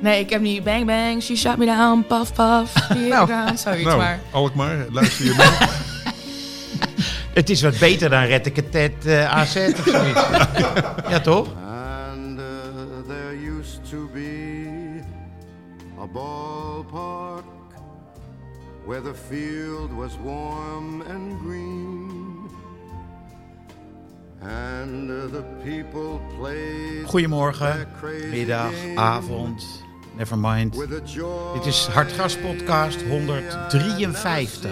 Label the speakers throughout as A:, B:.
A: Nee, ik heb niet bang bang, she shot me down, paf paf, nou, down, zoiets
B: Nou,
A: maar.
B: Alkmaar, luister je mee?
C: Het is wat beter dan Retteketet eh AZ of zoiets. ja, toch?
D: And uh, there used to be a ballpark where the field was warm and green. And uh, the people played
C: Goedemorgen,
D: their crazy
C: middag,
D: game
C: avond, nevermind.
D: with a joy
C: Dit is Hartgas Podcast 153.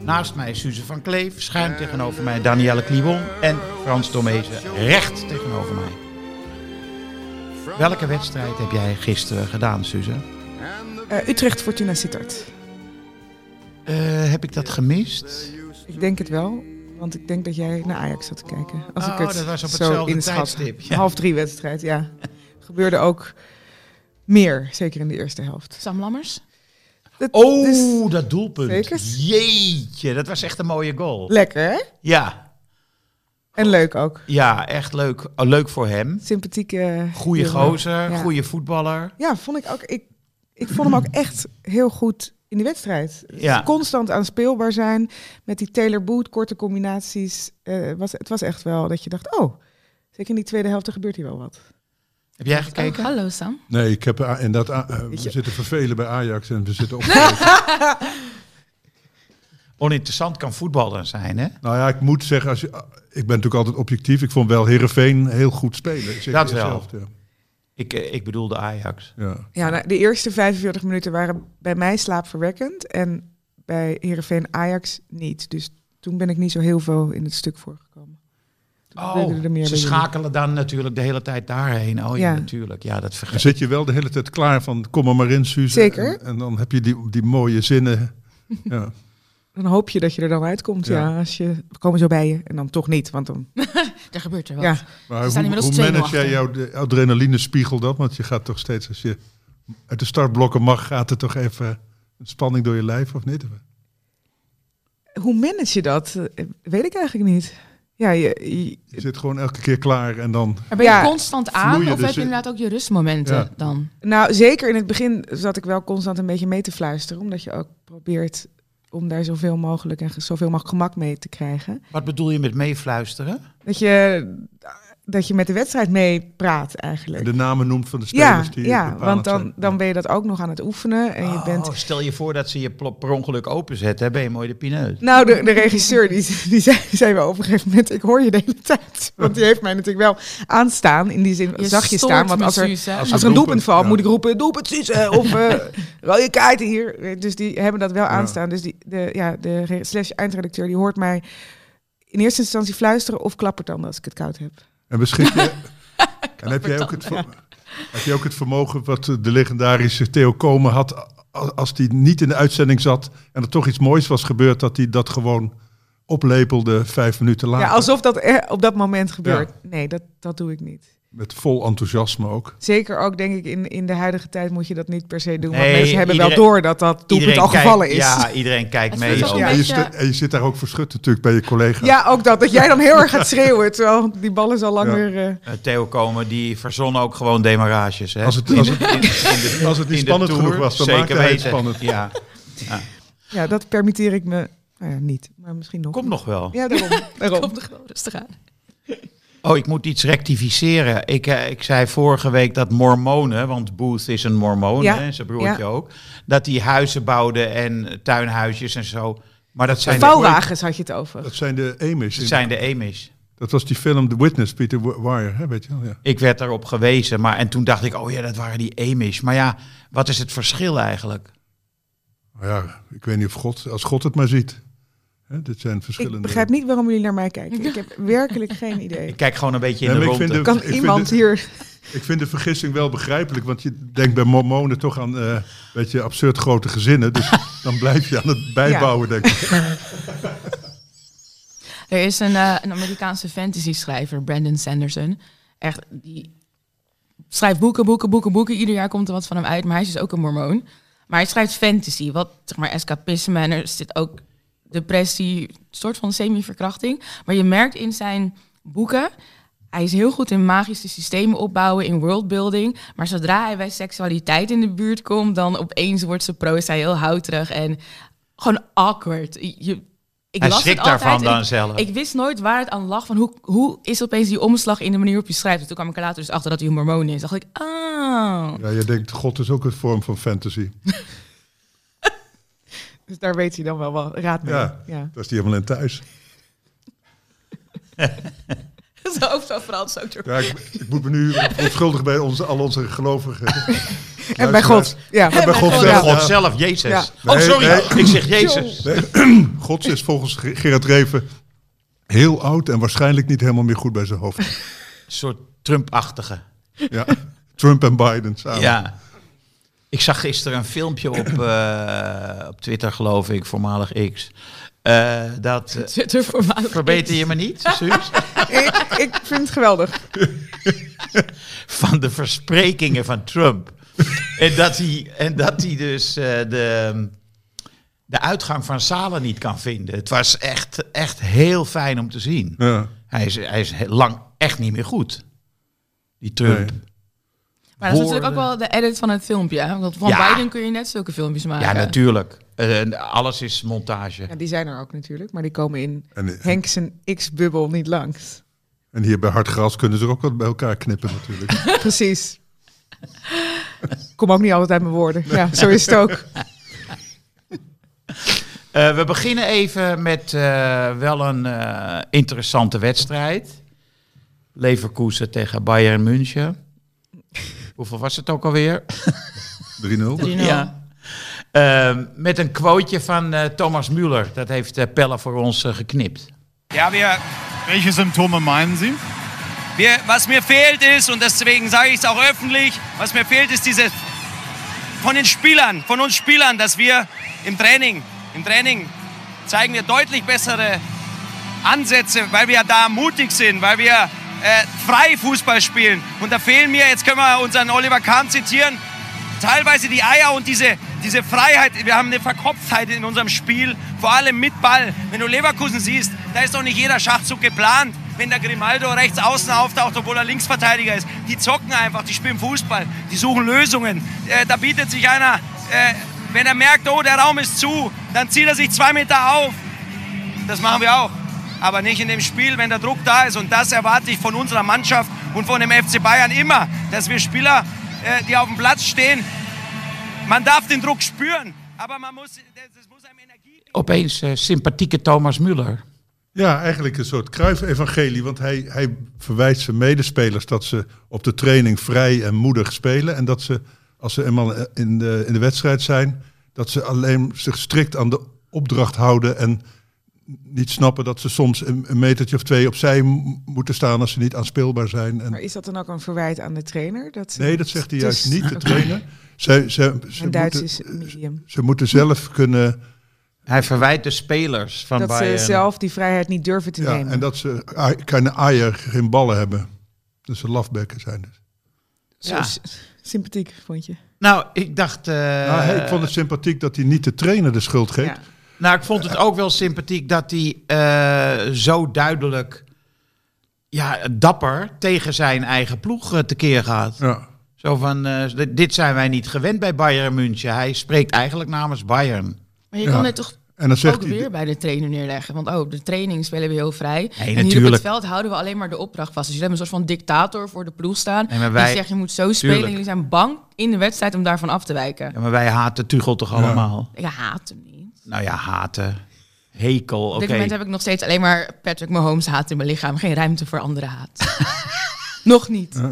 C: Naast mij is Suze van Kleef, schuin tegenover mij Danielle Kliwon en Frans Tomezen recht tegenover mij.
D: from
C: Welke wedstrijd heb jij gisteren gedaan, Suze?
D: and the
E: Eh, Utrecht Fortuna Sittard.
C: Eh, heb ik dat gemist?
E: Ik denk het wel, want ik denk dat jij naar Ajax zat te kijken. Als
C: Oh,
E: ik het
C: dat was op
E: zo
C: hetzelfde
E: inschat.
C: tijdstip, ja.
E: Half drie wedstrijd, ja. Gebeurde ook meer, zeker in de eerste helft.
A: Sam Lammers?
E: Dat
C: Oh,
E: is
C: dat doelpunt.
E: Zekers.
C: Jeetje, dat was echt een mooie goal.
E: lekker, hè?
C: Ja,
E: En leuk ook.
C: ja echt leuk. Oh, leuk voor hem.
E: Sympathieke...
C: Goeie
E: jongen.
C: gozer,
E: Ja.
C: goede voetballer.
E: Ja, vond ik ook. Ik, ik vond hem ook echt heel goed in de wedstrijd.
C: Ja.
E: Constant aan speelbaar zijn. Met die Taylor Boot, korte combinaties. Eh, was, het was echt wel dat je dacht, oh, zeker in die tweede helft er gebeurt hier wel wat.
C: Heb jij
A: Kijk,
C: gekeken?
A: hallo Sam.
B: Nee, ik heb A- en dat A- eh, we
E: Weet je-
B: zitten vervelen bij Ajax en we zitten op.
C: Oninteressant kan voetballer zijn, hè?
B: nou ja, ik moet zeggen, als je, ah, ik ben natuurlijk altijd objectief. Ik vond wel Herenveen heel goed spelen. Zeker
C: Dat
B: in de
C: wel.
B: eerste helft,
C: Ik, eh, ik bedoelde Ajax.
B: ja. Ja.
E: Ja, nou, de eerste 45 minuten waren bij mij slaapverwekkend en bij Heerenveen Ajax niet. Dus toen ben ik niet zo heel veel in het stuk voorgekomen. Toen
A: Oh,
E: gebeurde er meer
C: ze
E: bij jullie.
C: schakelen dan natuurlijk de hele tijd daarheen. Oh ja,
E: Ja.
C: natuurlijk. Ja, dat
B: Dan
C: vergeet
B: zit je wel de hele tijd klaar van kom er maar in, Suze.
E: Zeker.
B: En, en dan heb je die, die mooie zinnen. Ja.
E: Dan hoop je dat je er dan uitkomt. Ja,
B: Ja.
E: als je we komen zo bij je en dan toch niet, want dan
A: Daar gebeurt er wat.
E: ja,
B: Maar
A: Ze staan
B: hoe,
A: inmiddels
B: hoe manage
A: 2-0
B: jij jouw de- adrenalinespiegel dan? Want je gaat toch steeds, als je uit de startblokken mag, gaat er toch even een spanning door je lijf of niet?
E: hoe manage je dat? Eh, Weet ik eigenlijk niet. Ja, je, je-
B: Je zit gewoon elke keer klaar en dan
A: Maar ben je
E: Ja.
A: constant aan
B: Vloeien
A: of
B: dus
A: heb je
B: in-
A: inderdaad ook je rustmomenten
B: Ja.
A: dan?
E: nou zeker in het begin zat ik wel constant een beetje mee te fluisteren, omdat je ook probeert om daar zoveel mogelijk en ge- zoveel mogelijk gemak mee te krijgen.
C: je. Wat bedoel je met meefluisteren?
E: Dat je, dat je met de wedstrijd mee praat eigenlijk.
B: de namen noemt van de
E: Ja,
B: spelers die
E: ja
B: bepalend
E: want dan,
B: zijn.
E: dan ben je dat ook nog aan het oefenen. En je bent...
C: Oh, stel je voor dat ze je pl- per ongeluk openzetten. hè, Ben je mooi de pineut.
E: Nou, de, de regisseur die, die zei, zei wel op een gegeven moment, ik hoor je de hele tijd. Want die heeft mij natuurlijk wel aanstaan. In die zin
A: Je
E: zag je
A: stoort
E: staan. Want
A: me,
E: als er,
A: Suus, hè?
B: als-
E: als er een doelpunt
B: Doelpunt,
E: valt,
B: ja.
E: moet ik roepen, doelpunt Suze. Of eh rode kaart hier. Dus die hebben dat wel aanstaan. Dus die, de, ja, de re- slash eindredacteur die hoort mij in eerste instantie fluisteren of klappertanden als ik het koud heb.
B: En beschik je. en heb jij ook het, ver- heb je ook het vermogen wat de legendarische Theo Komen had. a- als hij niet in de uitzending zat. en er toch iets moois was gebeurd. dat hij dat gewoon oplepelde vijf minuten later.
E: Ja, alsof dat er op dat moment gebeurt.
B: Ja.
E: Nee, dat, dat doe ik niet.
B: Met vol enthousiasme ook.
E: Zeker ook, denk ik, in, in de huidige tijd moet je dat niet per se doen. want
C: Nee,
E: mensen hebben
C: iedereen-
E: wel door dat dat doelpunt al
C: kijkt-
E: gevallen is. Ja.
C: Ja, iedereen kijkt
A: Het
C: mee.
A: voelt ook
C: joh.
A: een
B: En, je
A: beetje-
B: zit, en je zit daar ook verschut natuurlijk bij je collega's.
E: ook dat. Dat jij dan heel erg gaat schreeuwen, terwijl die bal is al lang
B: Ja.
E: weer... eh,
C: Eh, Theo Komen, die verzon ook gewoon demarages. Hè?
B: Als het-
C: In-
B: als het-
C: in- in de-
B: als het niet
C: in de
B: spannend
C: Tour,
B: genoeg was, dan
C: zeker
B: maakte hij het
C: weten.
B: spannend.
C: Ja,
E: ja, dat permitteer ik me nou ja, niet. Maar misschien nog.
C: komt nog wel.
E: Ja, daarom. daarom.
A: Kom er gewoon rustig aan.
C: Oh, ik moet iets rectificeren. Ik, eh, ik zei vorige week dat mormonen, want Booth is een mormoon,
E: Ja,
C: hè, zijn broertje
E: ja.
C: ook, dat die huizen bouwden en tuinhuisjes en zo. Maar dat zijn, de,
E: Vouwwagens had je het over.
B: Dat zijn de Amish.
C: dat zijn de Amish.
B: Dat was die film The Witness, Peter Wire. Hè, weet je wel? Ja.
C: Ik werd daarop gewezen, maar en toen dacht ik, oh ja, dat waren die Amish. Maar ja, wat is het verschil eigenlijk?
B: Maar ja, ik weet niet of God. als God het maar ziet. Hè, dit zijn verschillende...
E: Ik begrijp niet waarom jullie naar mij kijken. Ik heb werkelijk geen idee.
C: Ik kijk gewoon een beetje in
B: Nee,
C: de
B: maar ik vind Ik
C: ronde.
E: Kan
B: vind
E: iemand
B: het-
E: hier...
B: Ik vind de vergissing wel begrijpelijk, want je denkt bij mormonen toch aan eh, een beetje absurd grote gezinnen. Dus dan blijf je aan het bijbouwen, denk ik.
A: Er is een, eh, een Amerikaanse fantasy-schrijver, Brandon Sanderson. Echt, die schrijft boeken, boeken, boeken, boeken. Ieder jaar komt er wat van hem uit, maar hij is dus ook een mormoon. Maar hij schrijft fantasy, wat zeg maar escapisme en er zit ook depressie, een soort van semi-verkrachting. Maar je merkt in zijn boeken, hij is heel goed in magische systemen opbouwen, in worldbuilding. Maar zodra hij bij seksualiteit in de buurt komt, dan opeens wordt zijn proza heel houterig en gewoon awkward. Je, ik
C: Hij
A: las het
C: schrikt
A: altijd
C: daarvan
A: en
C: dan
A: ik-
C: zelf.
A: ik wist nooit waar het aan lag. Van hoe, hoe is opeens die omslag in de manier waarop je schrijft? En Toen kwam ik er later dus achter dat hij een mormoon is. dacht ik, ah.
B: Ja, je denkt, God is ook een vorm van fantasy.
E: Dus daar weet hij dan wel wat raad mee.
B: Ja.
E: Ja.
B: Daar is die helemaal in thuis.
A: Zo hoofd van Frans ook door.
B: Ja, ik, ik moet me nu onschuldig bij onze, al onze gelovigen.
E: En bij God. Ja.
B: En bij God
C: God,
B: zelf.
C: God
B: ja.
C: zelf, Jezus.
E: Ja.
C: Oh,
B: Nee,
C: sorry,
B: nee.
C: ik zeg Jezus.
B: God is volgens Ge- Gerard Reven heel oud en waarschijnlijk niet helemaal meer goed bij zijn hoofd.
C: Een soort Trump-achtige.
B: Ja. Trump en Biden samen.
C: Ja. Ik zag gisteren een filmpje op, eh, op Twitter, geloof ik, voormalig X. Eh, dat, eh,
A: Zit er voormalig
C: verbeter je me niet, Suus?
E: Ik, ik vind het geweldig.
C: van de versprekingen van Trump. en, dat hij, en dat hij dus eh, de, de uitgang van zalen niet kan vinden. Het was echt, echt heel fijn om te zien.
B: Ja.
C: Hij is, hij is he- lang echt niet meer goed. Die Trump.
B: Nee.
A: Maar dat is natuurlijk ook
C: woorden.
A: wel de edit van het filmpje. hè? Want van
C: Ja.
A: Biden kun je net zulke filmpjes maken.
C: Ja, natuurlijk. Eh, alles is montage.
E: Ja, die zijn er ook natuurlijk, maar die komen in
B: En, eh,
E: Henk zijn X-bubbel niet langs.
B: en hier bij Hard Gras kunnen ze er ook wat bij elkaar knippen natuurlijk.
E: Precies. Ik kom ook niet altijd uit mijn woorden. Ja, zo is het ook.
C: Eh, we beginnen even met eh, wel een eh, interessante wedstrijd. Leverkusen tegen Bayern München. Hoeveel was het ook alweer?
B: 3-0.
C: Ja. Ehm, met een quoteje van eh, Thomas Müller. Dat heeft eh, Pelle voor ons eh, geknipt.
F: Ja, wir.
G: Welche Symptome meinen Sie?
F: wir was mir fehlt ist, und deswegen sage ich es auch öffentlich, was mir fehlt ist dieses von den Spielern, von uns Spielern, dass wir im Training, im Training zeigen wir deutlich bessere Ansätze, weil wir da mutig sind, weil wir äh, frei Fußball spielen. Und da fehlen mir, jetzt können wir unseren Oliver Kahn zitieren, teilweise die Eier und diese, diese Freiheit. Wir haben eine Verkopftheit in unserem Spiel, vor allem mit Ball. Wenn du Leverkusen siehst, da ist doch nicht jeder Schachzug geplant. Wenn der Grimaldo rechts außen auftaucht, obwohl er Linksverteidiger ist, die zocken einfach, die spielen Fußball, die suchen Lösungen. Äh, da bietet sich einer, äh, wenn er merkt, oh, der Raum ist zu, dann zieht er sich zwei Meter auf. Das machen wir auch. Aber nicht in dem Spiel, wenn der Druck da ist. Und das erwarte ich von unserer Mannschaft und von dem FC Bayern immer, dass wir Spieler, äh, die auf dem Platz stehen, man darf den Druck spüren, aber man muss, das, das muss einem Energie
C: Opeens eh, sympathieke Thomas Müller.
B: Ja, eigenlijk een soort kruif-evangelie. Want hij, hij verwijt zijn medespelers dat ze op de training vrij en moedig spelen. En dat ze, als ze eenmaal in de, in de wedstrijd zijn, dat ze alleen zich strikt aan de opdracht houden. En niet snappen dat ze soms een, een metertje of twee opzij m- moeten staan als ze niet aanspeelbaar zijn.
E: Maar
B: En,
E: is dat dan ook een verwijt aan de trainer? Dat ze-
B: nee, dat zegt hij juist
E: dus-
B: niet, de
E: Oké.
B: trainer. Ze, ze, ze,
E: Mijn Duits
B: moeten,
E: is medium.
B: ze moeten zelf kunnen...
C: Hij verwijt de spelers van
E: Dat ze
C: Bayern.
E: zelf die vrijheid niet durven te
B: Ja,
E: nemen.
B: en dat ze ai- keine eier, geen ballen hebben. Dus ze lafbekken zijn dus.
E: Zo
C: Ja.
E: s- sympathiek, vond je.
C: Nou, ik dacht... eh,
B: Nou, hey, ik vond het sympathiek dat hij niet de trainer de schuld geeft.
E: Ja.
C: Nou, ik vond het ook wel sympathiek dat hij eh, zo duidelijk, ja, dapper tegen zijn eigen ploeg eh, tekeer gaat.
B: Ja.
C: Zo van, eh, d- dit zijn wij niet gewend bij Bayern München. Hij spreekt eigenlijk namens Bayern.
A: Maar je
B: Ja.
A: kan het toch
B: En dan
A: ook
B: zegt hij,
A: weer bij de trainer neerleggen. Want oh, de training spelen we heel vrij. en hier op
C: natuurlijk.
A: het veld houden we alleen maar de opdracht vast. Dus jullie hebben een soort van dictator voor de ploeg staan.
C: Nee, maar wij-
A: die zegt je moet zo spelen.
C: Tuurlijk.
A: En jullie zijn bang in de wedstrijd om daarvan af te wijken.
C: Ja, maar wij haten Tuchel toch allemaal?
A: Ik haat hem niet.
C: Nou ja, haten. Hekel,
A: Op
C: oké.
A: dit moment heb ik nog steeds alleen maar Patrick Mahomes haat in mijn lichaam. Geen ruimte voor andere haat. nog niet.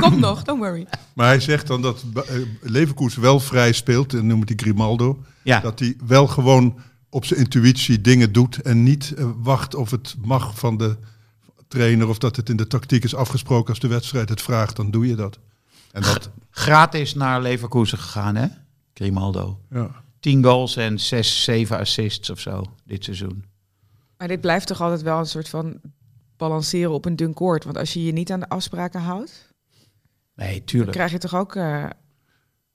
A: Komt nog, don't worry.
B: maar hij zegt dan dat eh, Leverkusen wel vrij speelt, en noemt hij Grimaldo,
C: Ja.
B: dat hij wel gewoon op zijn intuïtie dingen doet en niet eh, wacht of het mag van de trainer of dat het in de tactiek is afgesproken als de wedstrijd het vraagt, dan doe je dat. En dat,
C: Gratis naar Leverkusen gegaan, hè? Grimaldo.
B: ja.
C: 10 goals en 6, 7 assists of zo dit seizoen.
E: Maar dit blijft toch altijd wel een soort van balanceren op een dun koord. Want als je je niet aan de afspraken houdt,
C: Nee, tuurlijk.
E: krijg je toch ook... eh,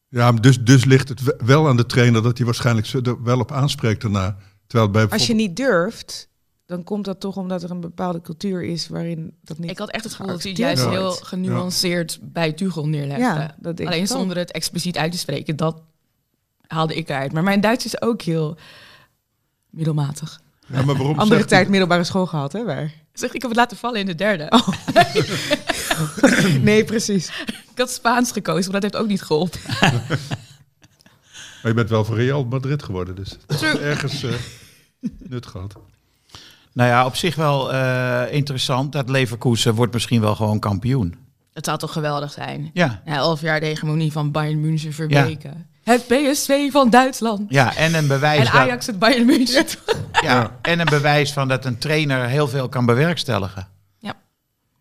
B: ja dus, dus ligt het we- wel aan de trainer dat hij waarschijnlijk ze er wel op aanspreekt daarna. Terwijl bij
E: als je niet durft, dan komt dat toch omdat er een bepaalde cultuur is waarin dat niet...
A: Ik had echt het gevoel dat hij het
E: Geaccepteerd
A: juist heel
E: wordt.
A: genuanceerd bij Tuchel neerlegde.
E: Ja, dat denk
A: Alleen
E: ik ook.
A: zonder het expliciet uit te spreken, dat haalde ik eruit. Maar mijn Duits is ook heel middelmatig.
B: Ja, maar waarom
E: Andere
B: zegt hij-
E: tijd middelbare school gehad, hè? wij?
A: Zeg, ik heb het laten vallen in de derde.
E: Nee, precies.
A: Ik had Spaans gekozen, maar dat heeft ook niet geholpen.
B: Maar je bent wel voor Real Madrid geworden, dus dat is ergens eh, nut gehad.
C: Nou ja, op zich wel eh, interessant. Dat Leverkusen wordt misschien wel gewoon kampioen.
A: Het zou toch geweldig zijn?
C: Ja.
A: Ja, elf jaar de hegemonie van Bayern München verbreken. Het PSV van Duitsland.
C: Ja, en een bewijs,
A: En Ajax het Bayern München.
C: Dat, ja, en een bewijs van dat een trainer heel veel kan bewerkstelligen.
A: Ja.
C: Is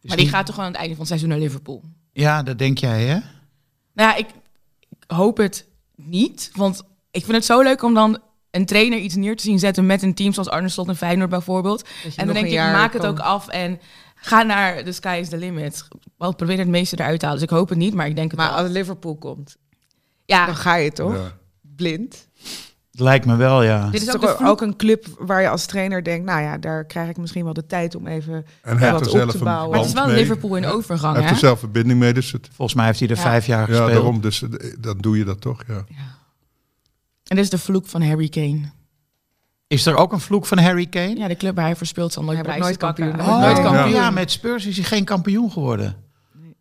A: Maar die
C: niet-
A: gaat toch gewoon aan het einde van het seizoen naar Liverpool?
C: Ja, dat denk jij, hè?
A: Nou ja, ik, ik hoop het niet. Want ik vind het zo leuk om dan een trainer iets neer te zien zetten met een team zoals Arne Slot en Feyenoord bijvoorbeeld. En dan
E: nog
A: denk
E: een
A: ik,
E: jaar
A: maak het
E: kan.
A: ook af en ga naar the sky is the limit. Wel, probeer het meeste eruit te halen. Dus ik hoop het niet, maar ik denk het
E: Maar
A: wel.
E: als Liverpool komt,
A: ja,
E: dan ga je toch?
B: Ja.
E: Blind.
C: Lijkt me wel, ja.
A: dit
E: Het
A: is
E: is
A: ook de
E: toch
A: vloek.
E: ook een club waar je als trainer denkt, nou ja, daar krijg ik misschien wel de tijd om even
B: En hij
E: wat
B: heeft er
E: op
B: zelf
E: te
B: een
E: bouwen.
A: Maar het is wel
B: band mee.
A: Liverpool in overgang,
B: Hij heeft
A: hè?
B: er zelf verbinding mee, dus het,
C: Volgens mij heeft hij er
A: Ja.
C: vijf jaar
B: ja,
C: gespeeld.
B: daarom, dus eh, dan doe je dat toch, ja.
A: En dit is de vloek van Harry Kane.
C: Is er ook een vloek van Harry Kane?
A: Ja, de club waar hij verspeelt zal nooit
E: Hij wordt
A: prijzen
E: nooit
A: pakken.
E: kampioen.
A: Hij wordt
E: Oh.
A: nooit kampioen.
C: ja, met Spurs is hij geen kampioen geworden.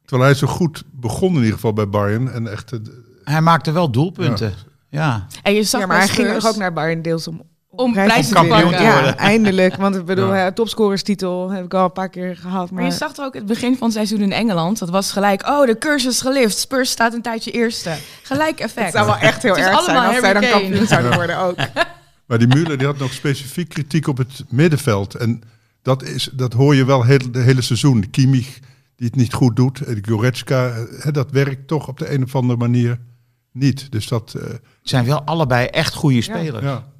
B: Terwijl hij zo goed begon in ieder geval bij Bayern. En echt, eh,
C: Hij maakte wel doelpunten. Ja,
A: En je zag
E: Ja, maar
A: bij
E: hij ging
A: Spurs-
E: toch ook naar Bayern deels om,
A: Om
E: prijzen
A: prijzen
C: te
E: winnen.
C: pakken.
E: Ja, eindelijk. Want ik bedoel,
B: Ja.
E: hè, topscorerstitel heb ik al een paar keer gehaald. Maar,
A: Maar je zag toch ook het begin van het seizoen in Engeland. Dat was gelijk, oh, de cursus gelift. Spurs staat een tijdje eerste. Gelijk
E: het
A: effect.
E: zou wel echt heel
A: Het is
E: erg zijn
A: allemaal
E: als zij dan
A: Harry Kane.
E: kampioen zouden worden ook.
B: maar die Müller die had nog specifiek kritiek op het middenveld. En dat, is, dat hoor je wel heel, de hele seizoen. Kimmich die het niet goed doet. eh, Goretzka, eh, dat werkt toch op de een of andere manier niet. Dus dat, eh,
C: het zijn wel allebei echt goede spelers.
B: ja.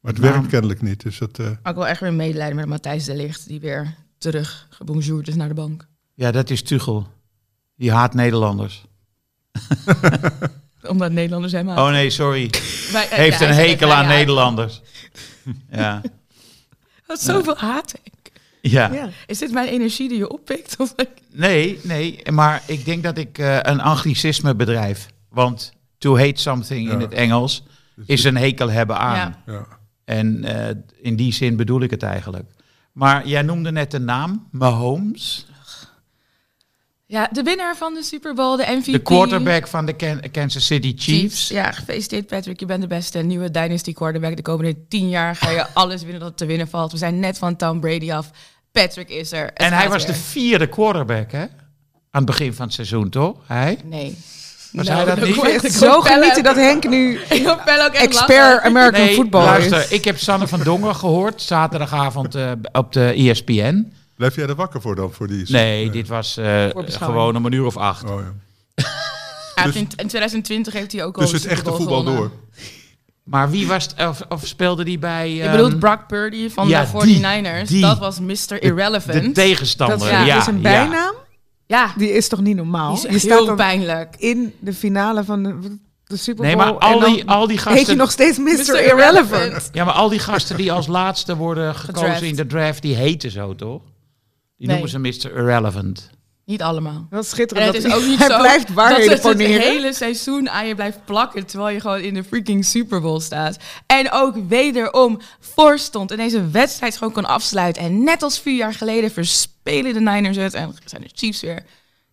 B: Maar het
C: Nou.
B: werkt kennelijk niet. Dus dat, eh,
A: Maar ik wil echt weer medelijden met Matthijs de Ligt. Die weer terug gebonjourd is naar de bank.
C: Ja, dat is Tuchel. Die haat Nederlanders.
A: Omdat Nederlanders hem haten.
C: Oh nee, sorry.
A: Wij- eh,
C: Heeft
A: ja,
C: een
A: hij-
C: hekel
A: wij
C: aan
A: haten.
C: Nederlanders. Ja.
A: Wat zoveel haat ik.
C: ja.
A: Is dit mijn energie die je oppikt? Of ik-
C: Nee, nee. Maar ik denk dat ik eh, een anglicisme bedrijf. Want to hate something in
B: Ja.
C: het Engels is een hekel hebben aan.
A: Ja.
B: ja.
C: En eh, in die zin bedoel ik het eigenlijk. Maar jij noemde net de naam Mahomes.
A: Ja, de winnaar van de Super Bowl, de MVP.
C: De quarterback van de Ken- Kansas City Chiefs.
A: Ja, gefeliciteerd Patrick. Je bent de beste nieuwe dynasty quarterback. De komende tien jaar ga je alles winnen dat te winnen valt. We zijn net van Tom Brady af. Patrick is er. Het
C: En hij
A: gaat
C: was
A: weer.
C: de vierde quarterback, hè? Aan het begin van het seizoen, toch? Hij?
A: Nee.
C: Was hij dat niet?
A: kon
E: Echt zo genieten dat Henk nu
A: Ik hoop wel ook echt
E: expert
A: lachen.
E: American
C: Nee,
E: football is.
C: luister, ik heb Sanne van Dongen gehoord zaterdagavond eh, op de ESPN.
B: Blijf jij er wakker voor dan? Voor die
C: Nee, dit was eh,
E: beschouwing.
C: gewoon om een uur of acht.
B: Oh, ja.
A: Ja, in, in 2020 heeft hij ook al
B: Dus
A: de
B: het
A: Super
B: echte
A: Bowl
B: voetbal
A: gewonnen.
B: door.
C: Maar wie was, t- of, of speelde die bij...
A: Je
C: ehm,
A: bedoelt Brock Purdy van
C: ja,
A: de
C: die,
A: 49ers.
C: die.
A: dat was Mr.
C: de
A: Irrelevant.
C: tegenstander.
E: Dat
C: ja,
E: is een
C: ja.
E: bijnaam.
A: ja,
E: Die is toch niet normaal?
A: die is
E: Je
A: echt
E: staat
A: heel
E: dan
A: pijnlijk.
E: in de finale van de, de Super
C: Nee,
E: Bowl.
C: maar al
E: en dan
C: die, al die gasten...
E: heet je nog steeds Mr. Irrelevant.
C: Ja, maar al die gasten die als laatste worden gekozen
A: Gedraft.
C: in de draft, die heten zo, toch? Die
A: Nee.
C: noemen ze Mr. Irrelevant.
A: Niet allemaal.
E: Dat is
A: En
E: schitterend.
A: het
E: dat
A: is ook niet
E: hij
A: zo
E: blijft
A: dat
E: waarheden
A: het, het
E: poneren.
A: hele seizoen aan je blijft plakken terwijl je gewoon in de freaking Super Bowl staat. En ook wederom voor stond en deze wedstrijd gewoon kon afsluiten. En net als vier jaar geleden verspelen de Niners het en zijn de Chiefs weer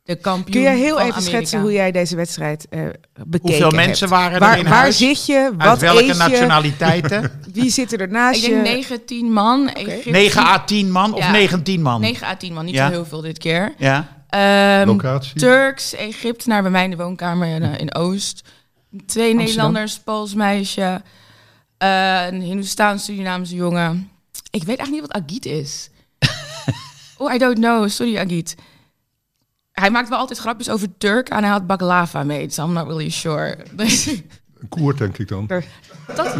A: de kampioen.
E: Kun je heel even
A: van Amerika.
E: schetsen hoe jij deze wedstrijd eh bekeken
C: Hoeveel
E: hebt?
C: mensen waren er
E: waar,
C: in
E: waar
C: huis?
E: zit je? Wat
C: Uit welke
E: eet je?
C: nationaliteiten?
E: Wie zit er ernaast
A: Ik denk
E: je?
A: 9, 10 man. Egypte-
C: 9 à 10 man of
A: Ja.
C: 19 man?
A: 9 à 10 man, niet
C: Ja.
A: zo heel veel dit keer.
C: Ja.
A: Ehm,
B: Locatie.
A: Turks, Egypte naar bij mij in de woonkamer in, eh, in Oost. Twee Nederlanders, Pools meisje. Eh, een Hindoestaans-Surinaamse jongen. Ik weet eigenlijk niet wat Agit is. oh, I don't know. Sorry, Agit. Hij maakt wel altijd grapjes over Turk en hij had baklava mee, so I'm not really sure. Dus
B: Een koer, denk ik dan.
A: dat,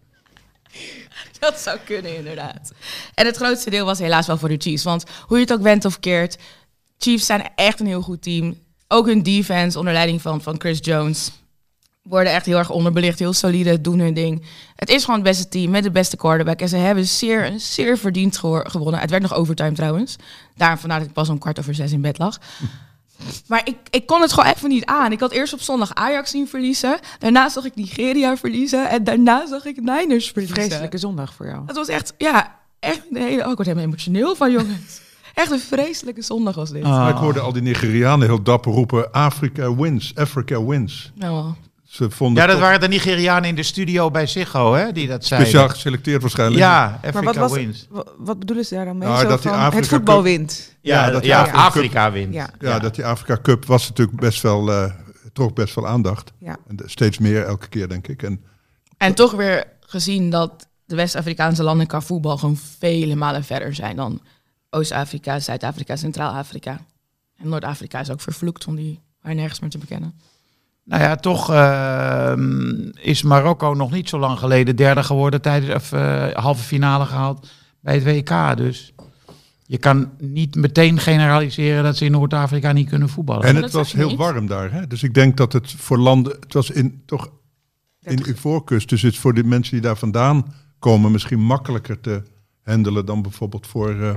A: dat zou kunnen, inderdaad. En het grootste deel was helaas wel voor de Chiefs. Want hoe je het ook went of keert, Chiefs zijn echt een heel goed team. Ook hun defense onder leiding van, van Chris Jones worden echt heel erg onderbelicht. Heel solide, doen hun ding. Het is gewoon het beste team met de beste quarterback. En ze hebben zeer, een zeer verdiend gewo- gewonnen. Het werd nog overtime trouwens. Daarom vandaar dat ik pas om kwart over zes in bed lag. Maar ik, ik kon het gewoon even niet aan. Ik had eerst op zondag Ajax zien verliezen. Daarna zag ik Nigeria verliezen. En daarna zag ik Niners verliezen.
E: Vreselijke zondag voor jou.
A: Het was echt, ja, echt een hele... Oh, ik word helemaal emotioneel van, jongens. Echt een vreselijke zondag was dit.
C: Ah.
B: Maar ik hoorde al die Nigerianen heel dapper roepen, Africa wins, Africa wins.
A: Nou, wel.
B: Ze vonden
C: Ja, dat
B: toch
C: waren de Nigerianen in de studio bij Ziggo, hè, die dat zeiden.
B: speciaal geselecteerd waarschijnlijk.
C: Ja, Africa
E: Maar wat, was,
C: wins.
E: wa- wat bedoelen ze daar dan mee?
B: Nou,
E: Zo
B: dat die
E: van,
B: Afrika
E: het voetbal
B: Cup-
E: wint.
C: Ja,
B: Ja,
C: dat
B: dat
C: ja,
B: die
C: Afrika,
B: Afrika
C: wint.
E: Ja.
B: Ja, dat die Afrika Cup was natuurlijk best wel, eh, trok best wel aandacht.
E: Ja.
B: En de- steeds meer elke keer, denk ik. En
A: Oh, En toch weer gezien dat de West-Afrikaanse landen qua voetbal gewoon vele malen verder zijn dan Oost-Afrika, Zuid-Afrika, Centraal-Afrika. En Noord-Afrika is ook vervloekt om die haar nergens meer te bekennen.
C: Nou ja, toch ehm, is Marokko nog niet zo lang geleden derde geworden tijdens of, eh, halve finale gehaald bij het WK. Dus je kan niet meteen generaliseren dat ze in Noord-Afrika niet kunnen voetballen.
B: En
A: dat
B: het
A: zeg
B: was
A: ik
B: heel
A: niet.
B: warm daar. Hè? Dus ik denk dat het voor landen. Het was in, toch in uw voorkust. Dus het is voor de mensen die daar vandaan komen misschien makkelijker te handelen dan bijvoorbeeld voor eh,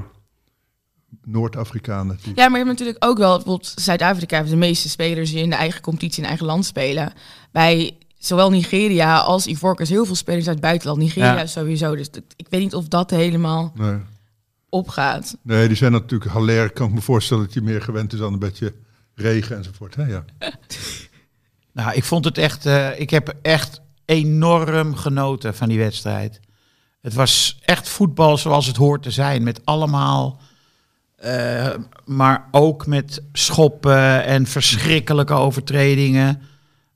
B: Noord-Afrikanen. Die-
A: Ja, maar je hebt natuurlijk ook wel, bijvoorbeeld Zuid-Afrika heeft de meeste spelers die in de eigen competitie in eigen land spelen. Bij zowel Nigeria als Ivorcus heel veel spelers uit het buitenland. Nigeria
C: Ja.
A: sowieso, dus dat- ik weet niet of dat helemaal
B: Nee.
A: opgaat.
B: nee, die zijn natuurlijk Haller. Kan ik me voorstellen dat die meer gewend is aan een beetje regen enzovoort. Hè? Ja.
C: Nou, ik vond het echt. eh, ik heb echt enorm genoten van die wedstrijd. Het was echt voetbal zoals het hoort te zijn. Met allemaal. eh, maar ook met schoppen en verschrikkelijke overtredingen.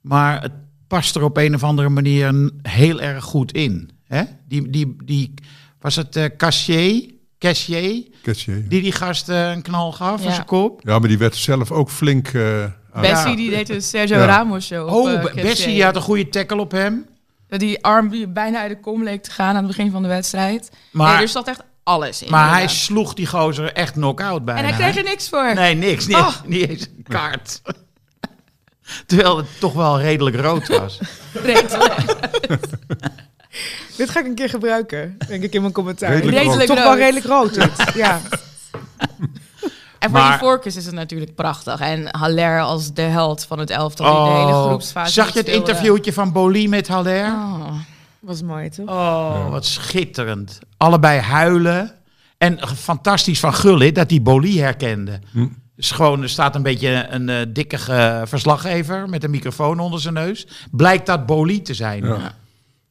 C: Maar het past er op een of andere manier n- heel erg goed in. Hè? Die, die, die, was het eh Cassier? Cassier?
B: Ketje, ja.
C: Die die gast eh, een knal gaf
A: Ja.
C: aan zijn kop.
B: ja, maar die werd zelf ook flink. eh, aan-
A: Bessie die deed een Sergio
B: Ja.
A: Ramos show. op,
C: Oh,
A: eh,
C: Bessie
A: Cassier.
C: Bessie die had een goede tackle op hem.
A: Dat die arm die bijna uit de kom leek te gaan aan het begin van de wedstrijd.
C: Maar-
A: Maar, nee, er zat echt alles in.
C: Maar hij
A: inderdaad.
C: sloeg die gozer echt knock-out bijna.
A: En hij kreeg er niks voor.
C: Nee, niks. Niet,
A: Oh.
C: niet eens een kaart. Terwijl het toch wel redelijk rood was.
A: Redelijk,
E: Dit ga ik een keer gebruiken, denk ik in mijn commentaar.
B: Redelijk
A: redelijk
E: Toch
A: rood.
E: wel redelijk rood. dit. ja.
A: En voor
C: Maar-
A: die Ivorcus is het natuurlijk prachtig. En Haller als de held van het elftal. die de hele
C: Oh,
A: groepsfase
C: zag je het
A: speelde.
C: interviewtje van Boli met Haller? Oh,
A: Oh,
E: Was mooi, toch?
C: wat schitterend. Allebei huilen. En g- fantastisch van Gullit dat die Boli herkende.
B: Hm.
C: Dus gewoon, er staat een beetje een eh, dikkige verslaggever met een microfoon onder zijn neus. Blijkt dat Boli te zijn.
B: Ja.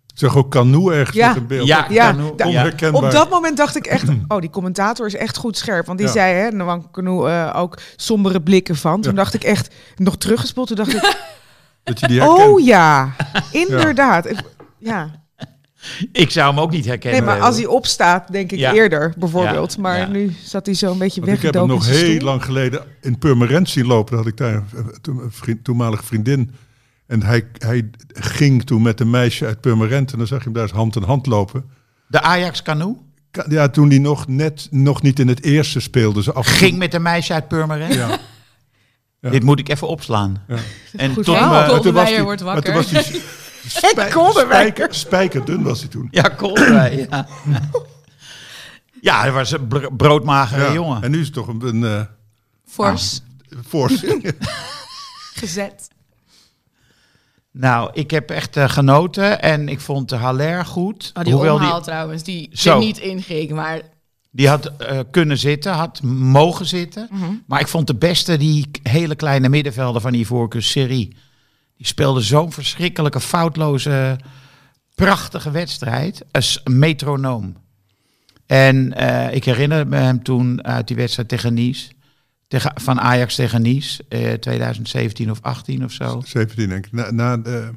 B: Ik zag ook Canoe ergens
E: Ja.
B: met een beeld.
C: Ja,
E: Ja,
C: Canu-
E: da-
C: ja.
B: Onherkenbaar.
E: Op dat moment dacht ik echt, oh, die commentator is echt goed scherp. Want die
B: Ja.
E: zei, hè, Nwan Kanu eh, ook sombere blikken van. Toen
B: Ja.
E: dacht ik echt, nog teruggespoeld, toen dacht ik,
B: Dat je die herkent.
E: oh ja, inderdaad. Ik- Ja.
C: Ik zou hem ook niet herkennen.
E: Nee, maar als hij opstaat, denk ik
C: Ja.
E: eerder bijvoorbeeld.
C: Ja.
E: Maar
C: Ja.
E: nu zat hij zo een beetje
B: Want ik heb
E: weggedoken.
B: hem nog
E: in zijn
B: heel
E: stoel.
B: lang geleden in Purmerend zien lopen. Daar had ik daar een, to- een vriend- toenmalige vriendin. En hij, hij ging toen met een meisje uit Purmerend. En dan zag je hem daar eens hand in hand lopen.
C: De Ajax-Canoe?
B: Ka- Ja, toen hij nog net nog niet in het eerste speelde. Ze af
C: Ging met een meisje uit Purmerend.
B: Ja. Ja.
C: Dit moet ik even opslaan. En tot
A: verhaal.
C: me-
B: Maar toen was
A: Koldermeijer
B: hij-
A: wordt
B: maar toen was
A: wakker.
B: hij s- spij- spijker, spijkerdun was hij toen.
C: Ja, Koldermeijer, ja. ja, hij was een br- broodmagere
B: Ja.
C: jongen.
B: En nu is het toch een, een eh,
C: Ah.
A: fors.
B: force.
A: Gezet.
C: Nou, ik heb echt eh, genoten en ik vond de Haller goed.
A: Oh, die
C: hoewel
A: omhaal
C: die,
A: trouwens, die
C: Zo.
A: er niet inging. Maar
C: die had eh, kunnen zitten, had mogen zitten. Maar ik vond de beste die k- hele kleine middenvelder van Ivorcus, Serie. Die speelde zo'n verschrikkelijke, foutloze, prachtige wedstrijd. Als een metronoom. En eh, ik herinner me hem toen uit die wedstrijd tegen Nice. Tegen, van Ajax tegen Nice, eh, 2017 of 18 of zo.
B: 17 denk ik. Na, na de,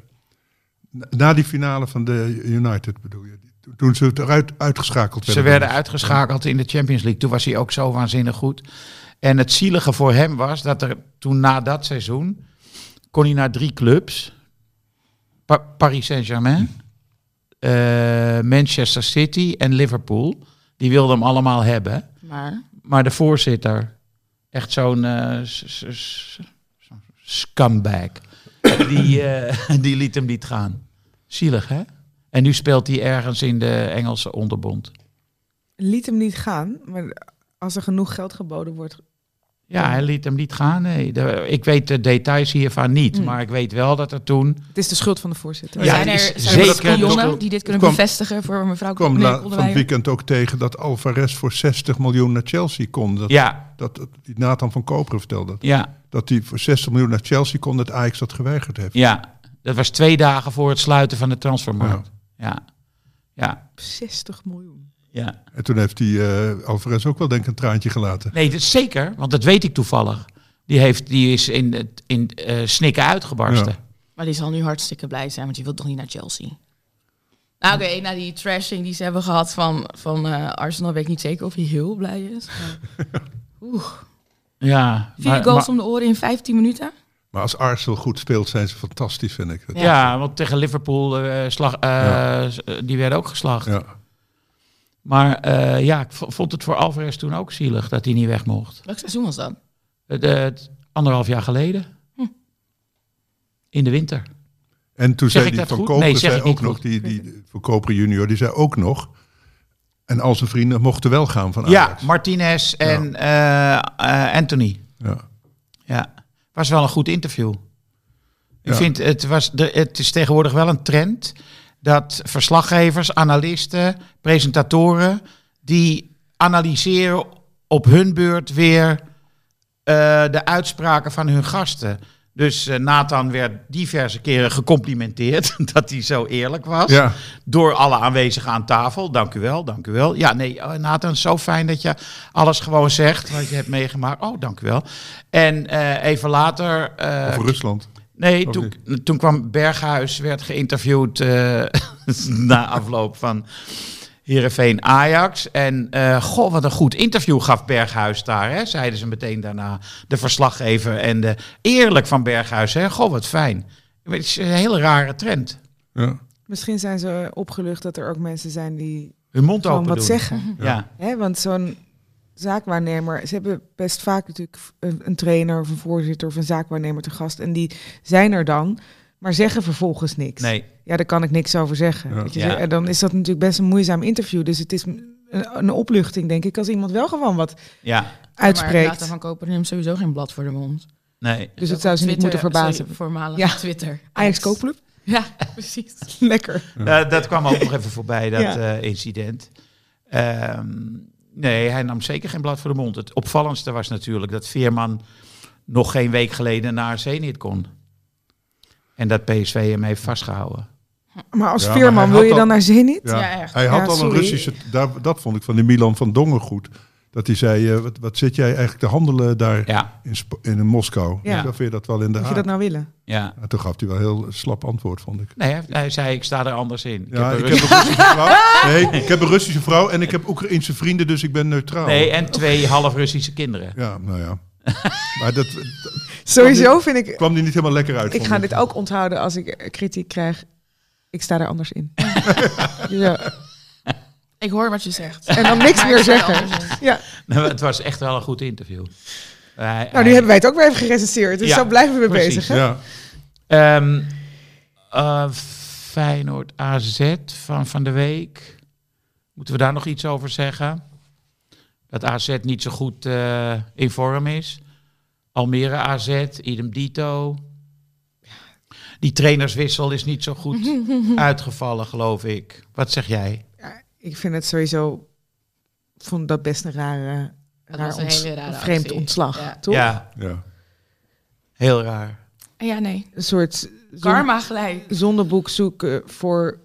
B: Na- Na die finale van de United bedoel je. Toen ze eruit uitgeschakeld werden.
C: Ze werden uitgeschakeld in de Champions League. Toen was hij ook zo waanzinnig goed. En het zielige voor hem was dat er toen na dat seizoen kon hij naar drie clubs. Pa- Paris Saint-Germain, eh, Manchester City en Liverpool. Die wilden hem allemaal hebben.
A: Maar
C: Maar de voorzitter, echt zo'n eh, s- s- s- zo'n scumbag, die, eh, die liet hem niet gaan. Zielig, hè? En nu speelt hij ergens in de Engelse onderbond.
E: Liet hem niet gaan, maar als er genoeg geld geboden wordt.
C: Ja, hij liet hem niet gaan. Nee. De- ik weet de details hiervan niet, maar ik weet wel dat er toen...
E: Het is de schuld van de voorzitter.
C: Ja,
A: Hmm. zijn er,
C: is
A: zijn er
C: zeker-
A: spionnen die dit kunnen
B: kwam-
A: bevestigen voor mevrouw
B: Ik kwam la-
A: Kolderweijer?
B: van het weekend ook tegen dat Alvarez voor 60 miljoen naar Chelsea kon. Dat,
C: Ja,
B: dat, dat- die Nathan van Koperen vertelde dat.
C: ja,
B: Dat hij voor 60 miljoen naar Chelsea kon, dat Ajax dat geweigerd heeft.
C: ja. Dat was twee dagen voor het sluiten van de transfermarkt. Ja, ja,
E: 60 miljoen.
C: ja.
B: En toen heeft die eh, Alvarez ook wel denk ik een traantje gelaten.
C: Nee, dat is zeker, want dat weet ik toevallig. Die, heeft, die is in, het- in eh, snikken uitgebarsten.
A: Maar die zal nu hartstikke blij zijn, want je wilt toch niet naar Chelsea? Nou, oké, na die trashing die ze hebben gehad van, van eh, Arsenal, weet ik niet zeker of hij heel blij is. maar- Oeh,
C: Ja.
A: vier
C: maar-
A: goals
C: maar-
A: om de oren in 15 minuten.
B: Maar als Arsenal goed speelt, zijn ze fantastisch, vind ik. Dat-
C: ja. want tegen Liverpool, eh, slag, eh, s- eh, die werden ook geslacht.
B: Ja.
C: Maar eh, ja, ik vo- vond het voor Alvarez toen ook zielig dat hij niet weg mocht.
A: Welk seizoen was dat?
C: Het, eh, het anderhalf jaar geleden. In de winter.
B: En toen
C: Zeg
B: zei
C: ik
B: die
C: dat
B: van
C: goed?
B: Koperen
C: Nee, zeg
B: zei
C: ik niet
B: ook nog,
C: goed.
B: die, die van Koperen junior, die zei ook nog. En al zijn vrienden mochten wel gaan van Ajax.
C: Ja, Martinez en eh, eh, Anthony.
B: Ja.
C: Ja, was wel een goed interview. Ik
B: Ja.
C: vind het, was de, het is tegenwoordig wel een trend dat verslaggevers, analisten, presentatoren die analyseren op hun beurt weer eh, de uitspraken van hun gasten. Dus eh, Nathan werd diverse keren gecomplimenteerd dat hij zo eerlijk was.
B: Ja.
C: Door alle aanwezigen aan tafel. Dank u wel, dank u wel. Ja, nee, eh, Nathan, zo fijn dat je alles gewoon zegt wat je hebt meegemaakt. Oh, dank u wel. En eh, even later... eh,
B: Over Rusland.
C: Nee,
B: Of
C: toen, toen kwam Berghuis, werd geïnterviewd eh, na afloop van Heerenveen Ajax. En eh, goh, wat een goed interview gaf Berghuis daar, hè, zeiden ze meteen daarna. De verslaggever en de eerlijk van Berghuis, hè, goh, wat fijn. Het is een hele rare trend.
B: Ja.
E: Misschien zijn ze opgelucht dat er ook mensen zijn die
C: Hun mond
E: gewoon
C: open
E: wat
C: doen.
E: zeggen.
C: Ja.
E: Hè, want zo'n zaakwaarnemer, ze hebben best vaak natuurlijk een, een trainer of een voorzitter of een zaakwaarnemer te gast. En die zijn er dan, maar zeggen vervolgens niks.
C: Nee,
E: Ja, daar kan ik niks over zeggen.
B: Ja.
E: Weet je,
C: Ja.
E: En dan is dat natuurlijk best een moeizaam interview. Dus het is een, een opluchting, denk ik, als iemand wel gewoon wat
C: ja,
A: Maar
E: uitspreekt.
A: Nathan van Koper neemt sowieso geen blad voor de mond.
C: nee.
E: dus het zou ze niet moeten verbazen.
A: sorry, voormalig
E: Ja.
A: Twitter.
E: Ajax koopclub?
A: Ja, precies.
E: Lekker.
C: Eh, dat kwam ook nog even voorbij, dat
E: Ja.
C: eh, incident. Ehm, nee, hij nam zeker geen blad voor de mond. Het opvallendste was natuurlijk dat Veerman nog geen week geleden naar Zenit kon. En dat PSV hem heeft vastgehouden.
E: Maar als
B: Ja, maar
E: Veerman
B: hij had
E: wil je
B: al-
E: dan naar Zenit?
B: Ja.
A: Ja, echt.
B: Hij had
E: Ja,
B: al een
E: sorry.
B: Russische... Daar, dat vond ik van die Milan van Dongen goed. Dat hij zei, eh, wat, wat zit jij eigenlijk te handelen daar
C: Ja,
B: in, Sp- in Moskou?
E: Ja.
B: Ja. Vind je dat wel in de
E: Moet je
B: Haag?
E: dat nou willen?
C: ja.
B: Ja, toen gaf hij wel een heel slap antwoord, vond ik.
C: Nee, hij, hij zei, ik sta er anders in. Ik
B: Ja,
C: heb een
B: ik
C: Rus-
B: heb een Russische vrouw. Nee, ik heb een Russische vrouw en ik heb Oekraïnse vrienden, dus ik ben neutraal.
C: nee, en twee half Russische kinderen.
B: Ja, nou ja. Maar dat, dat
E: Sowieso vind ik...
B: kwam die niet helemaal lekker uit.
E: Ik
B: vond
E: ga dit ook onthouden als ik eh, kritiek krijg. Ik sta er anders in. ja.
A: Ik hoor wat je zegt.
E: En dan niks
A: Maar
E: meer
A: ik sta er
E: zeggen.
A: anders in.
E: Ja.
C: Nou, het was echt wel een goed interview. Hij-
E: Nou, nu
C: hij-
E: hebben wij het ook weer even gerecenseerd. Dus
C: Ja,
E: zo blijven we
C: precies.
E: bezig. Hè?
B: Ja,
C: Ehm eh, Feyenoord AZ van van de week. Moeten we daar nog iets over zeggen? Dat AZ niet zo goed eh, in vorm is. Almere AZ, idem dito. Die trainerswissel is niet zo goed uitgevallen, geloof ik. Wat zeg jij?
E: Ja, ik vind het sowieso... ik vond dat best een rare...
A: Dat
E: raar
A: was een
E: onts-
A: hele rare
E: vreemd
A: actie.
E: ontslag,
A: Ja.
E: toch?
C: Ja,
B: ja.
C: heel raar.
A: Ja, nee.
E: Een soort zon-
A: Karma gelijk.
E: zondeboek zoeken voor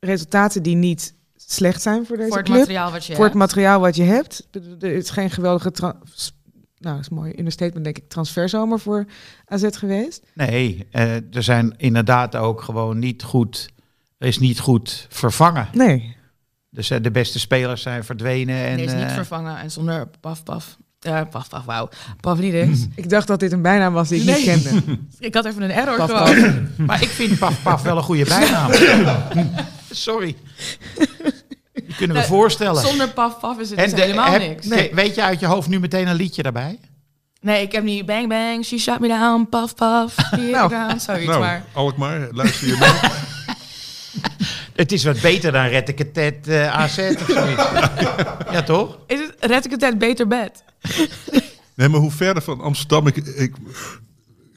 E: resultaten die niet slecht zijn voor deze
A: Voor het
E: club.
A: materiaal wat je
E: voor het
A: hebt.
E: materiaal wat je hebt. Ik bedoel, Er is geen geweldige tra- s- nou, dat is mooi. In een statement denk ik transferzomer voor AZ geweest.
C: Nee, eh, er zijn inderdaad ook gewoon niet goed, er is niet goed vervangen.
E: Nee.
C: Dus eh, de beste spelers zijn verdwenen. En,
A: En is niet
C: eh,
A: vervangen en zonder paf paf. eh paf paf, wauw. Pavlidis.
E: Ik dacht dat dit een bijnaam was die ik niet
A: Nee.
E: kende.
A: ik had even een error
C: Paf,
A: gewoon.
C: Paf. Maar ik vind Paf Paf wel een goede bijnaam. Sorry. Die kunnen we
A: Nou,
C: voorstellen.
A: Zonder paf paf is het dus
C: de-
A: helemaal
C: heb-
A: niks.
C: Nee, Weet je uit je hoofd nu meteen een liedje daarbij?
A: Nee, ik heb niet bang bang, she shot me down, paf paf, here
E: Nou.
A: down, zoiets
B: nou,
A: maar.
B: Alkmaar, luister je mee?
C: Het is wat beter dan Retteketet eh AZ of zoiets. ja, toch?
A: Is het, red ik het uit beter bed?
B: Nee, maar hoe verder van Amsterdam... Ik, ik, ik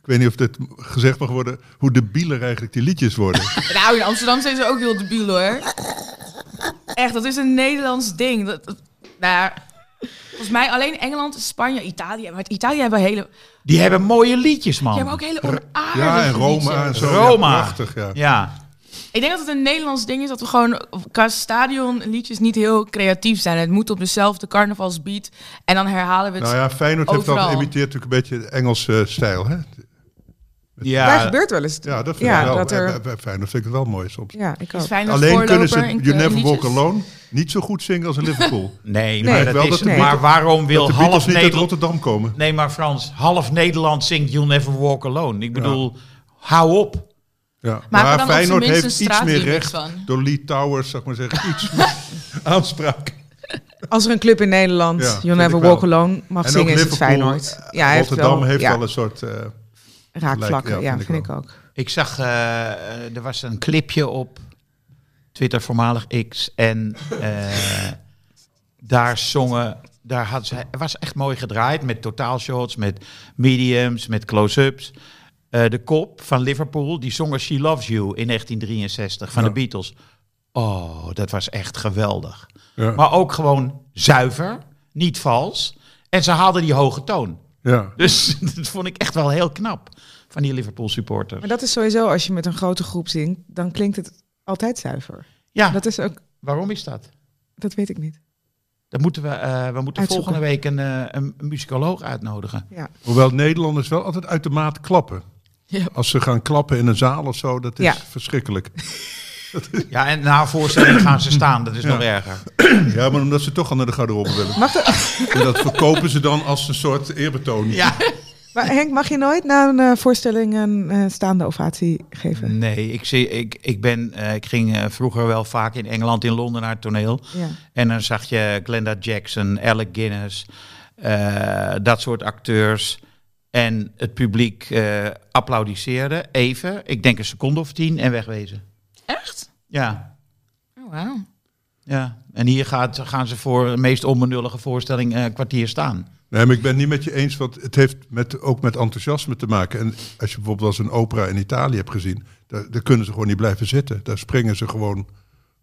B: weet niet of dit gezegd mag worden... hoe debieler eigenlijk die liedjes worden.
A: Nou, in Amsterdam zijn ze ook heel debiel hoor. Echt, dat is een Nederlands ding. Dat, dat- nou, ja, volgens mij alleen Engeland, Spanje, Italië. Maar Italië hebben hele,
C: Die hebben mooie liedjes, man.
A: die hebben ook hele onaardige
B: Oh, ja, en eh. Roma en
A: liedjes.
B: zo. ja,
C: Roma.
B: prachtig, ja.
C: Ja.
A: Ik denk dat het een Nederlands ding is dat we gewoon qua stadion liedjes niet heel creatief zijn. Het moet op dezelfde carnavalsbeat en dan herhalen we het.
B: Nou ja, Feyenoord heeft
A: Overal.
B: dan imiteert natuurlijk een beetje de Engelse eh, stijl, hè?
E: Daar
C: ja.
E: gebeurt wel eens.
B: Ja, dat vind
E: ja,
B: ik wel. eh,
E: Dat er,
B: Bij- bij Feyenoord vind ik het wel mooi soms.
E: ja, ik ook.
A: Is Feyenoord
B: Alleen kunnen ze
A: voorloper in-
B: You
A: in
E: eh,
B: Never Walk
A: liedjes?
B: Alone niet zo goed zingen als in Liverpool.
C: Nee,
E: Nee,
C: maar, dat
B: wel
C: is,
B: dat de
C: maar
B: Beatles-
C: waarom
B: dat
C: wil
B: de
C: half
B: Beatles niet uit
C: Nederland...
B: Rotterdam komen.
C: Nee, maar Frans, half Nederland zingt You'll Never Walk Alone. Ik bedoel, hou op.
B: Ja.
A: maar
B: Maar
A: dan op zijn
B: Feyenoord
A: minst
B: heeft
A: een
B: iets meer
A: straatlyricus
B: recht
A: van.
B: door Lee Towers, zeg maar zeggen, iets meer aanspraak.
E: Als er een club in Nederland,
B: Ja,
E: You'll
B: vind
E: Never
B: ik
E: Walk
B: wel.
E: Alone, mag
B: En ook
E: zingen, is het
B: Liverpool,
E: Feyenoord.
B: eh,
E: Ja, hij heeft
B: Rotterdam
E: wel,
B: heeft
E: ja,
B: wel een soort... eh,
E: raakvlakken.
B: gelijk,
E: Ja, vind, ik ook.
C: Ik zag, eh, eh, er was een clipje op Twitter, voormalig X. En eh, daar zongen, daar had ze, het was echt mooi gedraaid met totaalshots, met mediums, met close-ups. Eh, de kop van Liverpool, die zongen She Loves You in 1963 van de Beatles. Oh, dat was echt geweldig.
B: ja,
C: Maar ook gewoon zuiver, niet vals. En ze haalden die hoge toon.
B: ja.
C: Dus dat vond ik echt wel heel knap van die Liverpool supporters.
E: Maar dat is sowieso, als je met een grote groep zingt, dan klinkt het altijd zuiver.
C: Ja,
E: Dat is ook,
C: waarom is dat?
E: dat weet ik niet.
C: Dat moeten we, eh, we moeten
E: Uitzoeken.
C: volgende week een, eh, een muzikoloog uitnodigen.
B: Hoewel Nederlanders wel altijd uit de maat klappen.
A: Ja.
B: Als ze gaan klappen in een zaal of zo, dat is
E: Ja.
B: verschrikkelijk.
C: Ja, en na voorstelling gaan ze staan. Dat is nog erger.
B: Ja, maar omdat ze toch al naar de garderobe willen. En dat verkopen ze dan als een soort eerbetoon.
C: Ja.
E: Maar Henk, mag je nooit na een eh, voorstelling een eh, staande ovatie geven?
C: Nee, ik, zie, ik, ik, ben, eh, ik ging eh, vroeger wel vaak in Engeland, in Londen naar het toneel.
E: Ja.
C: En dan zag je Glenda Jackson, Alec Guinness, eh, dat soort acteurs. En het publiek eh applaudisseerde even, ik denk een seconde of tien, en wegwezen.
A: Echt?
C: Ja,
A: Oh, wauw.
C: ja. en hier gaat, gaan ze voor de meest onbenullige voorstelling eh, een kwartier staan.
B: Nee, maar ik ben het niet met je eens, want het heeft met, ook met enthousiasme te maken. En als je bijvoorbeeld wel eens een opera in Italië hebt gezien, daar, daar kunnen ze gewoon niet blijven zitten. Daar springen ze gewoon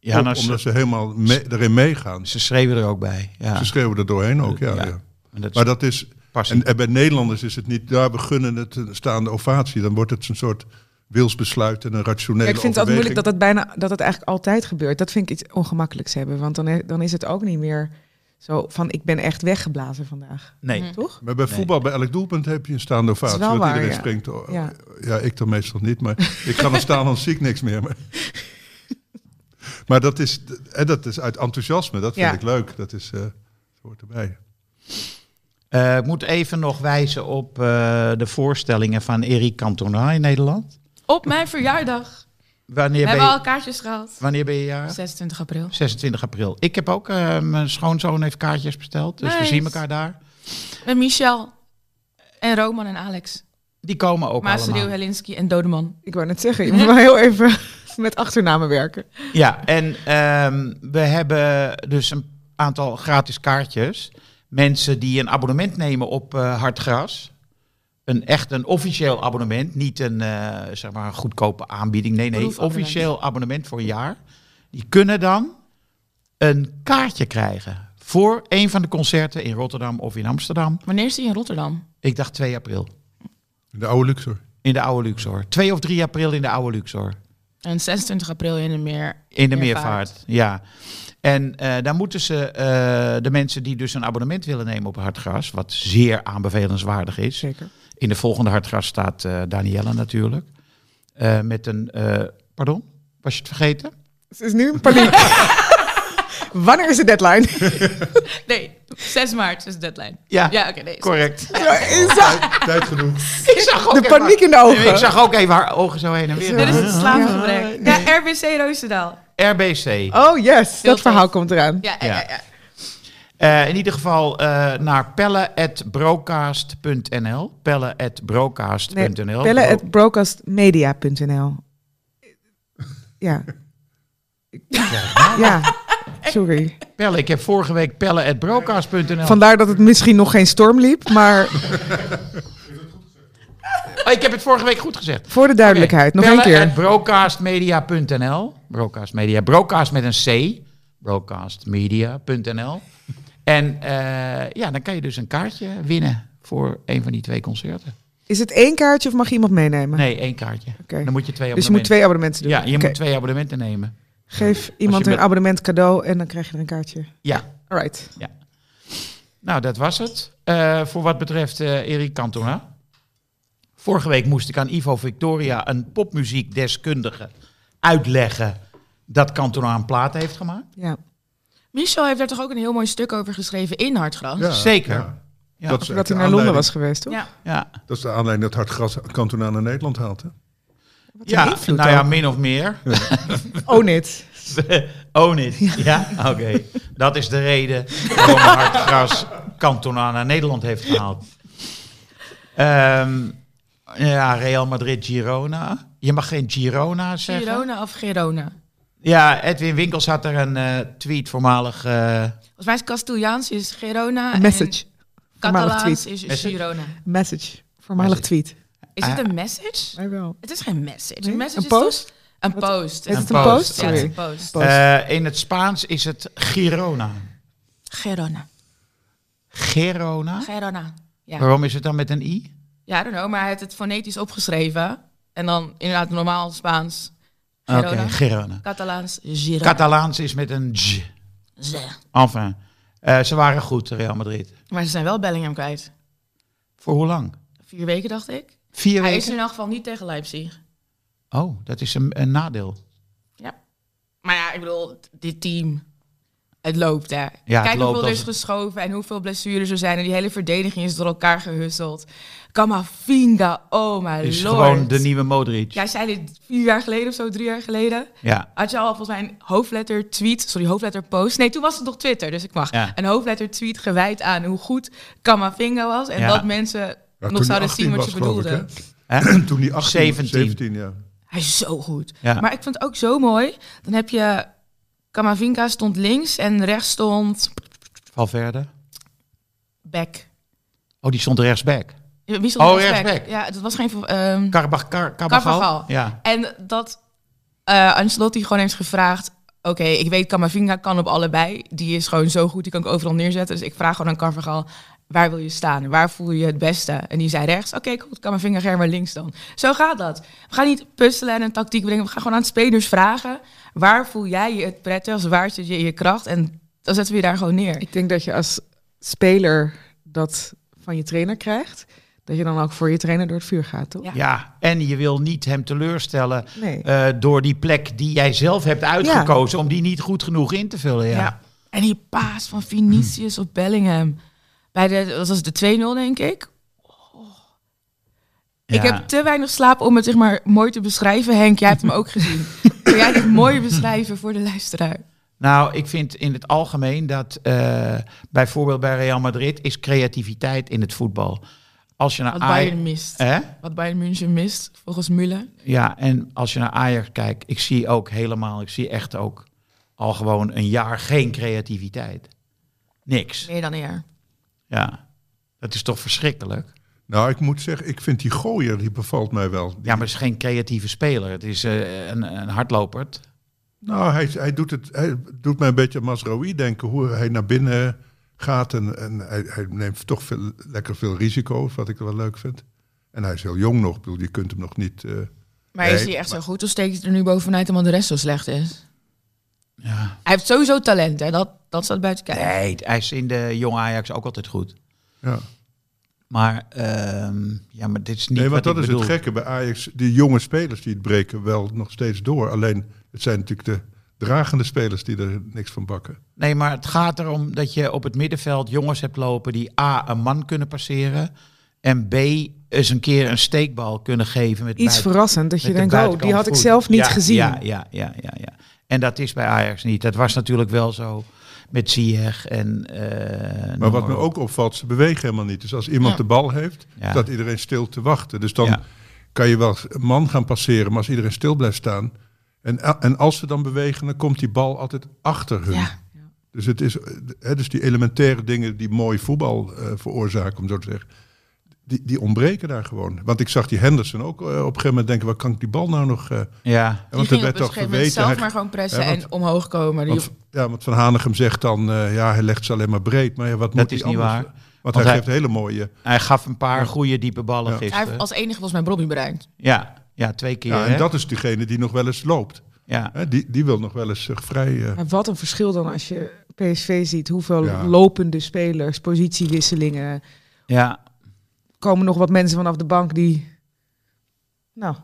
C: Ja,
B: op,
C: nou,
B: omdat
C: ze,
B: ze helemaal mee, erin meegaan.
C: ze schreeuwen er ook bij. Ja.
B: Ze schreeuwen er doorheen ook, ja. ja.
C: Ja. En dat is
B: Maar dat is...
C: passie.
B: En, en bij Nederlanders is het niet, daar we gunnen het een staande ovatie. Dan wordt het een soort wilsbesluit en een rationele
E: Ja, ik vind het altijd moeilijk
B: overweging.
E: dat het, bijna, dat het eigenlijk altijd gebeurt. Dat vind ik iets ongemakkelijks hebben, want dan, dan is het ook niet meer zo van ik ben echt weggeblazen vandaag,
C: Nee.
A: Mhm.
E: toch?
B: Maar bij
C: Nee.
B: voetbal, bij elk doelpunt heb je een staande ovatie.
E: wel
B: want
E: waar,
B: iedereen
E: ja.
B: springt. oh,
E: Ja.
B: ja. ik dan meestal niet, maar ik ga dan staan, dan zie ik niks meer. Maar, maar dat, is, en dat is uit enthousiasme, dat vind
E: Ja.
B: ik leuk. Dat is, eh hoort erbij.
C: Eh, ik moet even nog wijzen op eh, de voorstellingen van Eric Cantona in Nederland.
A: Op mijn verjaardag.
C: Wanneer
A: We
C: ben
A: hebben
C: je,
A: al kaartjes gehaald.
C: wanneer ben je jarig?
A: 26 april.
C: 26 april. Ik heb ook, eh, mijn schoonzoon heeft kaartjes besteld, dus we
A: Nice.
C: zien elkaar daar.
A: Met Michel en Roman en Alex.
C: Die komen ook
A: Maasdeel,
C: allemaal.
A: Helinski en Dodeman.
E: Ik wou net zeggen, je moet wel heel even met achternamen werken.
C: Ja, en ehm, we hebben dus een aantal gratis kaartjes. Mensen die een abonnement nemen op eh Hartgras. Een echt een officieel abonnement, niet een eh, zeg maar een goedkope aanbieding. Nee, nee,
A: Proefabonnement.
C: officieel abonnement voor een jaar. Die kunnen dan een kaartje krijgen voor een van de concerten in Rotterdam of in Amsterdam.
A: Wanneer is die in Rotterdam?
C: Ik dacht 2 april.
B: De oude Luxor.
C: In de oude Luxor. 2 of 3 april in de oude Luxor.
A: En 26 april in de meer.
C: In de
A: Meervaart.
C: meervaart, ja. En eh daar moeten ze eh, de mensen die dus een abonnement willen nemen op Hartgras, wat zeer aanbevelenswaardig is.
E: Zeker.
C: In de volgende Hartgras staat eh Danielle natuurlijk. Eh, met een, eh, pardon, was je het vergeten?
E: Ze is nu in paniek. Wanneer is de deadline?
A: Nee, 6 maart is de deadline.
C: Ja,
A: Ja, oké, nee.
C: correct.
E: Is dat-
B: Tijd genoeg.
C: ik zag ook
E: de
C: even-
E: paniek in de ogen.
C: Ik zag ook even haar ogen zo heen en weer.
A: Dit is het slaapgebrek. Ja, RBC Roosendaal.
C: RBC.
E: Oh yes,
A: Heel
E: dat verhaal
A: tof.
E: komt eraan.
A: Ja, ja,
C: Ja.
A: ja. ja.
C: Eh, in ieder geval eh, naar pellen.broadcast.nl.
E: Nee,
C: Pellen.broadcast.nl.
E: bellen at broadcastmedia.nl. Ja. ja, sorry.
C: Pellen, ik heb vorige week pellen.broadcast.nl.
E: Vandaar dat het misschien nog geen storm liep, maar
C: Oh, ik heb het vorige week goed gezegd.
E: voor de duidelijkheid, nog
C: Pellen
E: een keer.
C: at broadcastmedia.nl. Broadcast Media. Broadcast met een C. Broadcastmedia.nl. En eh, ja, dan kan je dus een kaartje winnen voor een van die twee concerten.
E: Is het één kaartje of mag iemand meenemen?
C: Nee, één kaartje.
E: Oké.
C: Dan moet je twee abonnementen.
E: Dus je moet twee abonnementen doen.
C: Ja, je
E: Oké.
C: moet twee abonnementen nemen.
E: Geef iemand
C: je
E: een
C: met-
E: abonnement cadeau en dan krijg je er een kaartje.
C: Ja.
E: Alright.
C: Nou, dat was het. Eh, voor wat betreft eh Erik Cantona. Vorige week moest ik aan Ivo Victoria, een popmuziekdeskundige, uitleggen dat Cantona een plaat heeft gemaakt.
E: Ja.
A: Michel heeft daar toch ook een heel mooi stuk over geschreven in Hartgras?
B: Ja,
C: Zeker.
B: ja.
C: Ja.
B: Dat, is
E: Zodat
B: de
E: hij naar Londen
B: aanleiding-
E: was geweest, toch?
A: Ja.
C: Ja,
B: Dat is de aanleiding dat Hartgras Cantona naar Nederland haalt. Hè?
C: ja
E: invloed
C: nou ja,
E: ook.
C: min of meer.
E: Oh, niet.
C: Own it. Ja, oké. Dat is de reden waarom Hartgras Cantona naar Nederland heeft gehaald. Ehm, ja, Real Madrid Girona. Je mag geen Girona zeggen.
A: Girona of Girona?
C: Ja, Edwin Winkels had er een eh, tweet voormalig. eh,
A: Volgens mij is Castiliaans is Girona.
E: Een message.
A: En
E: Voormalig
A: Catalaans is
C: Message?
A: Girona.
E: Een message. Voormalig tweet.
A: Is het een message?
E: Hij wel.
A: Het is geen message.
E: Ah. Nee?
A: Een, message
E: Een
A: is toch-
E: post?
A: Een post.
E: Is
C: Een
E: het een post?
C: post,
A: Ja, het is een
E: Sorry.
A: post.
E: Post.
C: eh, in het Spaans is het Girona.
A: Girona.
C: Girona?
A: Girona. Ja.
C: Waarom is het dan met een i?
A: ja, I don't know, maar hij heeft het fonetisch opgeschreven. En dan inderdaad normaal Spaans,
C: Ah, Oké,
A: Girona.
C: Girona.
A: Catalaans, Girona.
C: Catalaans is met een j.
A: Ze.
C: Enfin, eh, ze waren goed, Real Madrid.
A: maar ze zijn wel Bellingham kwijt.
C: Voor hoe lang?
A: Vier weken, dacht ik.
C: Vier
A: Hij is
C: weken?
A: in elk geval niet tegen Leipzig.
C: Oh, dat is een, een nadeel.
A: Ja. Maar ja, ik bedoel, dit team. Het loopt, hè.
C: het
A: Kijk
C: loopt
A: hoeveel er
C: als-
A: is geschoven en hoeveel blessures er zijn. En die hele verdediging is door elkaar gehusseld. Kamavinga, oh my
C: is
A: lord.
C: gewoon de nieuwe Modric. Ja.
A: Jij zei dit vier jaar geleden of zo, drie jaar geleden.
C: Ja.
A: Had je al volgens mij een hoofdletter tweet, sorry, hoofdletter post. Nee, toen was het nog Twitter, dus ik mag.
C: Ja.
A: Een hoofdletter tweet gewijd aan hoe goed Kamavinga was. En
C: Ja.
A: dat mensen
B: Ja, toen
A: nog
B: hij
A: zouden
B: 18
A: zien wat
B: was,
A: je
B: geloof ik,
A: bedoelde.
B: hè?
C: Hè?
B: Toen hij 18
C: 17.
B: 17 ja.
A: Hij is zo goed.
C: Ja.
A: Maar ik vond het ook zo mooi. Dan heb je Kamavinga stond links en rechts stond
C: Valverde.
A: back.
C: Oh, die stond rechtsback.
A: Wie stond
C: Oh,
A: rechts back?
C: rechtsback.
A: Ja, dat was geen... ehm,
C: Carbach, Car, Carvajal.
A: Carvajal.
C: Ja.
A: en dat eh, Ancelotti gewoon heeft gevraagd... Oké, ik weet Kamavinga kan op allebei. Die is gewoon zo goed, die kan ik overal neerzetten. Dus ik vraag gewoon aan Carvajal, waar wil je staan? Waar voel je je het beste? En die zei rechts. Oké, goed, Kamavinga, ga je maar links dan. Zo gaat dat. We gaan niet puzzelen en een tactiek brengen. We gaan gewoon aan spelers vragen... waar voel jij je het prettigst? Waar zit je je kracht? En dan zetten we je daar gewoon neer.
E: Ik denk dat je als speler dat van je trainer krijgt, dat je dan ook voor je trainer door het vuur gaat, toch?
A: Ja.
C: Ja, en je wil niet hem teleurstellen
E: Nee.
C: eh, door die plek die jij zelf hebt uitgekozen, om die niet goed genoeg in te vullen. Ja.
A: Ja. En die paas van Vinicius op Bellingham. Bij de, dat was de 2-0, denk ik. Oh. Ik
C: Ja.
A: heb te weinig slaap om het zeg maar, mooi te beschrijven, Henk. Jij hebt hem ook gezien. Kun jij dit mooi beschrijven voor de luisteraar?
C: Nou, ik vind in het algemeen dat eh, bijvoorbeeld bij Real Madrid is creativiteit in het voetbal. Als je
B: Ah,
C: naar
A: Wat
C: Aj-
A: Bayern mist.
B: eh.
C: Hè?
A: Wat Bayern München mist, volgens Müller.
C: Ja, en als je naar Ajax kijkt, ik zie ook helemaal, ik zie echt ook al gewoon een jaar geen creativiteit. Niks.
A: Meer dan een jaar.
C: Ja, dat is toch verschrikkelijk.
B: Nou, ik moet zeggen, ik vind die gooier, die bevalt mij wel. Die-
C: Ja, maar het is geen creatieve speler. Het is eh, een, een hardlopert.
B: Nou, hij, hij, doet het, hij doet mij een beetje aan Masraoui denken, hoe hij naar binnen gaat. En, en hij, hij neemt toch veel, lekker veel risico's, wat ik wel leuk vind. En hij is heel jong nog, ik bedoel, je kunt hem nog niet... eh,
A: Maar
B: Nee,
A: is hij echt zo goed of steekt hij er nu bovenuit omdat de rest zo slecht is? Hij heeft sowieso talent, hè? Dat, dat staat buiten kijf.
C: Nee, hij is in de jonge Ajax ook altijd goed.
B: Ja.
C: Maar, ehm, ja, maar dit is niet
B: Nee, want
C: wat
B: dat
C: ik
B: is
C: bedoel.
B: het gekke bij Ajax. Die jonge spelers die het breken wel nog steeds door. Alleen het zijn natuurlijk de dragende spelers die er niks van bakken.
C: Nee, maar het gaat erom dat je op het middenveld jongens hebt lopen die A, een man kunnen passeren. En B, eens een keer een steekbal kunnen geven. Met
E: Iets
C: buiten-
E: verrassend dat je
C: met de
E: denkt, oh, die
C: buitenkant
E: had ik
C: voet.
E: zelf niet
C: Ja,
E: gezien.
C: Ja, ja, ja, ja, ja. En dat is bij Ajax niet. Dat was natuurlijk wel zo met Ziyech en... eh, noem
B: Maar wat me
C: op.
B: ook opvalt, ze bewegen helemaal niet. Dus als iemand de bal heeft,
C: Ja.
B: staat iedereen stil te wachten. Dus dan
C: Ja.
B: kan je wel een man gaan passeren, maar als iedereen stil blijft staan... En, a- en als ze dan bewegen, dan komt die bal altijd achter hun.
A: Ja.
B: Dus, het is, eh, hè, dus die elementaire dingen die mooi voetbal eh, veroorzaken, om zo te zeggen, die, die ontbreken daar gewoon. Want ik zag die Henderson ook eh, op een gegeven moment denken, waar kan ik die bal nou nog... eh,
C: Ja,
A: Die
B: want
A: ging
B: er
A: op een
B: werd toch
A: gegeven moment
B: verweten...
A: zelf
B: hij-
A: maar gewoon pressen
B: Ja, want-
A: en omhoog komen. Die-
B: want, ja, want Van Hanegem zegt dan, eh, ja, hij legt ze alleen maar breed. Maar ja, wat moet
C: is
B: hij
C: niet
B: anders?
C: waar.
B: Want,
C: Want
B: hij,
C: hij-
B: geeft hele mooie...
C: hij gaf een paar goede diepe ballen
B: Ja.
A: hij
C: gisteren.
A: heeft als enige volgens mij Bobby bereikt.
C: Ja, ja, twee keer.
B: Ja,
C: hè?
B: en dat is diegene die nog wel eens loopt.
C: ja.
B: Hè, die, die wil nog wel eens zich vrij... eh,
E: Maar wat een verschil dan als je PSV ziet. Hoeveel
B: Ja.
E: lopende spelers, positiewisselingen.
C: ja,
E: Komen nog wat mensen vanaf de bank die, nou,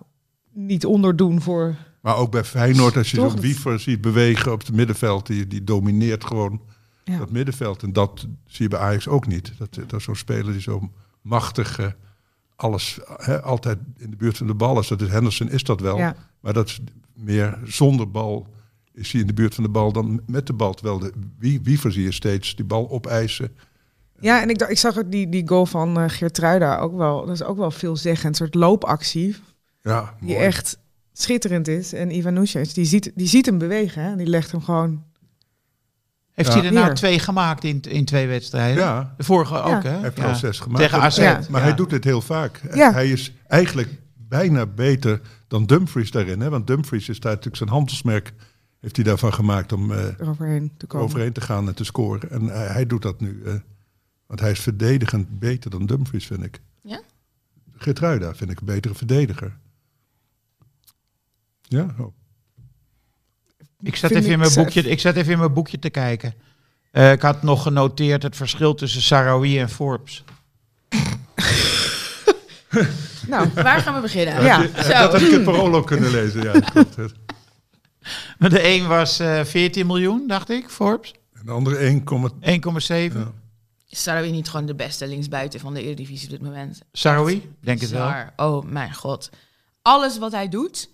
E: niet onderdoen voor...
B: maar ook bij Feyenoord, als je
E: Toch?
B: zo'n wiever ziet bewegen op het middenveld... die, die domineert gewoon
E: Ja.
B: dat middenveld. En dat zie je bij Ajax ook niet. Dat, dat is zo'n speler die zo machtig eh, alles... Hè, altijd in de buurt van de bal is. Dat is Henderson is dat wel.
E: Ja.
B: Maar dat is meer zonder bal is hij in de buurt van de bal dan met de bal. Terwijl de, wie, wiever zie je steeds die bal opeisen.
E: Ja, en ik, dacht- ik zag ook die, die goal van eh Geertruida ook wel. Dat is ook wel veelzeggend. Een soort loopactie
B: Ja,
E: die
B: mooi.
E: echt schitterend is. En Ivan die ziet, die ziet hem bewegen. Hè? Die legt hem gewoon...
C: Heeft
B: Ja.
C: hij er nou
E: Hier.
C: twee gemaakt in, in twee wedstrijden?
B: Ja.
C: De vorige ook, hè?
B: Hij heeft
C: Ja.
B: al zes gemaakt.
C: Tegen
B: Maar-
C: AZ.
E: Ja.
B: Maar hij doet dit heel vaak.
E: Ja.
B: Hij is eigenlijk bijna beter dan Dumfries daarin. Hè? Want Dumfries is daar natuurlijk zijn handelsmerk... heeft hij daarvan gemaakt om eh,
E: eroverheen te komen.
B: overheen te gaan en te scoren. En eh, hij doet dat nu. eh, want hij is verdedigend beter dan Dumfries, vind ik.
A: Ja?
B: Gertruida vind ik een betere verdediger. Ja, oh.
C: Ik zat even
E: Vind
C: in
E: ik
C: mijn
E: zelf.
C: boekje. Ik zat even in mijn boekje te kijken. Eh, ik had nog genoteerd het verschil tussen Sarawi en Forbes.
E: Nou,
A: Waar gaan we beginnen?
E: Ja.
A: Zo.
B: dat heb ik in Parool ook kunnen lezen. Ja, klopt. En
C: Maar De een was eh 14 miljoen, dacht ik, Forbes. 1,7.
B: de andere 1,2. Ja.
A: Is Sarawi niet gewoon de beste linksbuiten van de Eredivisie op dit moment?
C: Sarawi, denk het wel,
A: Bizar. Oh mijn god. Alles wat hij doet,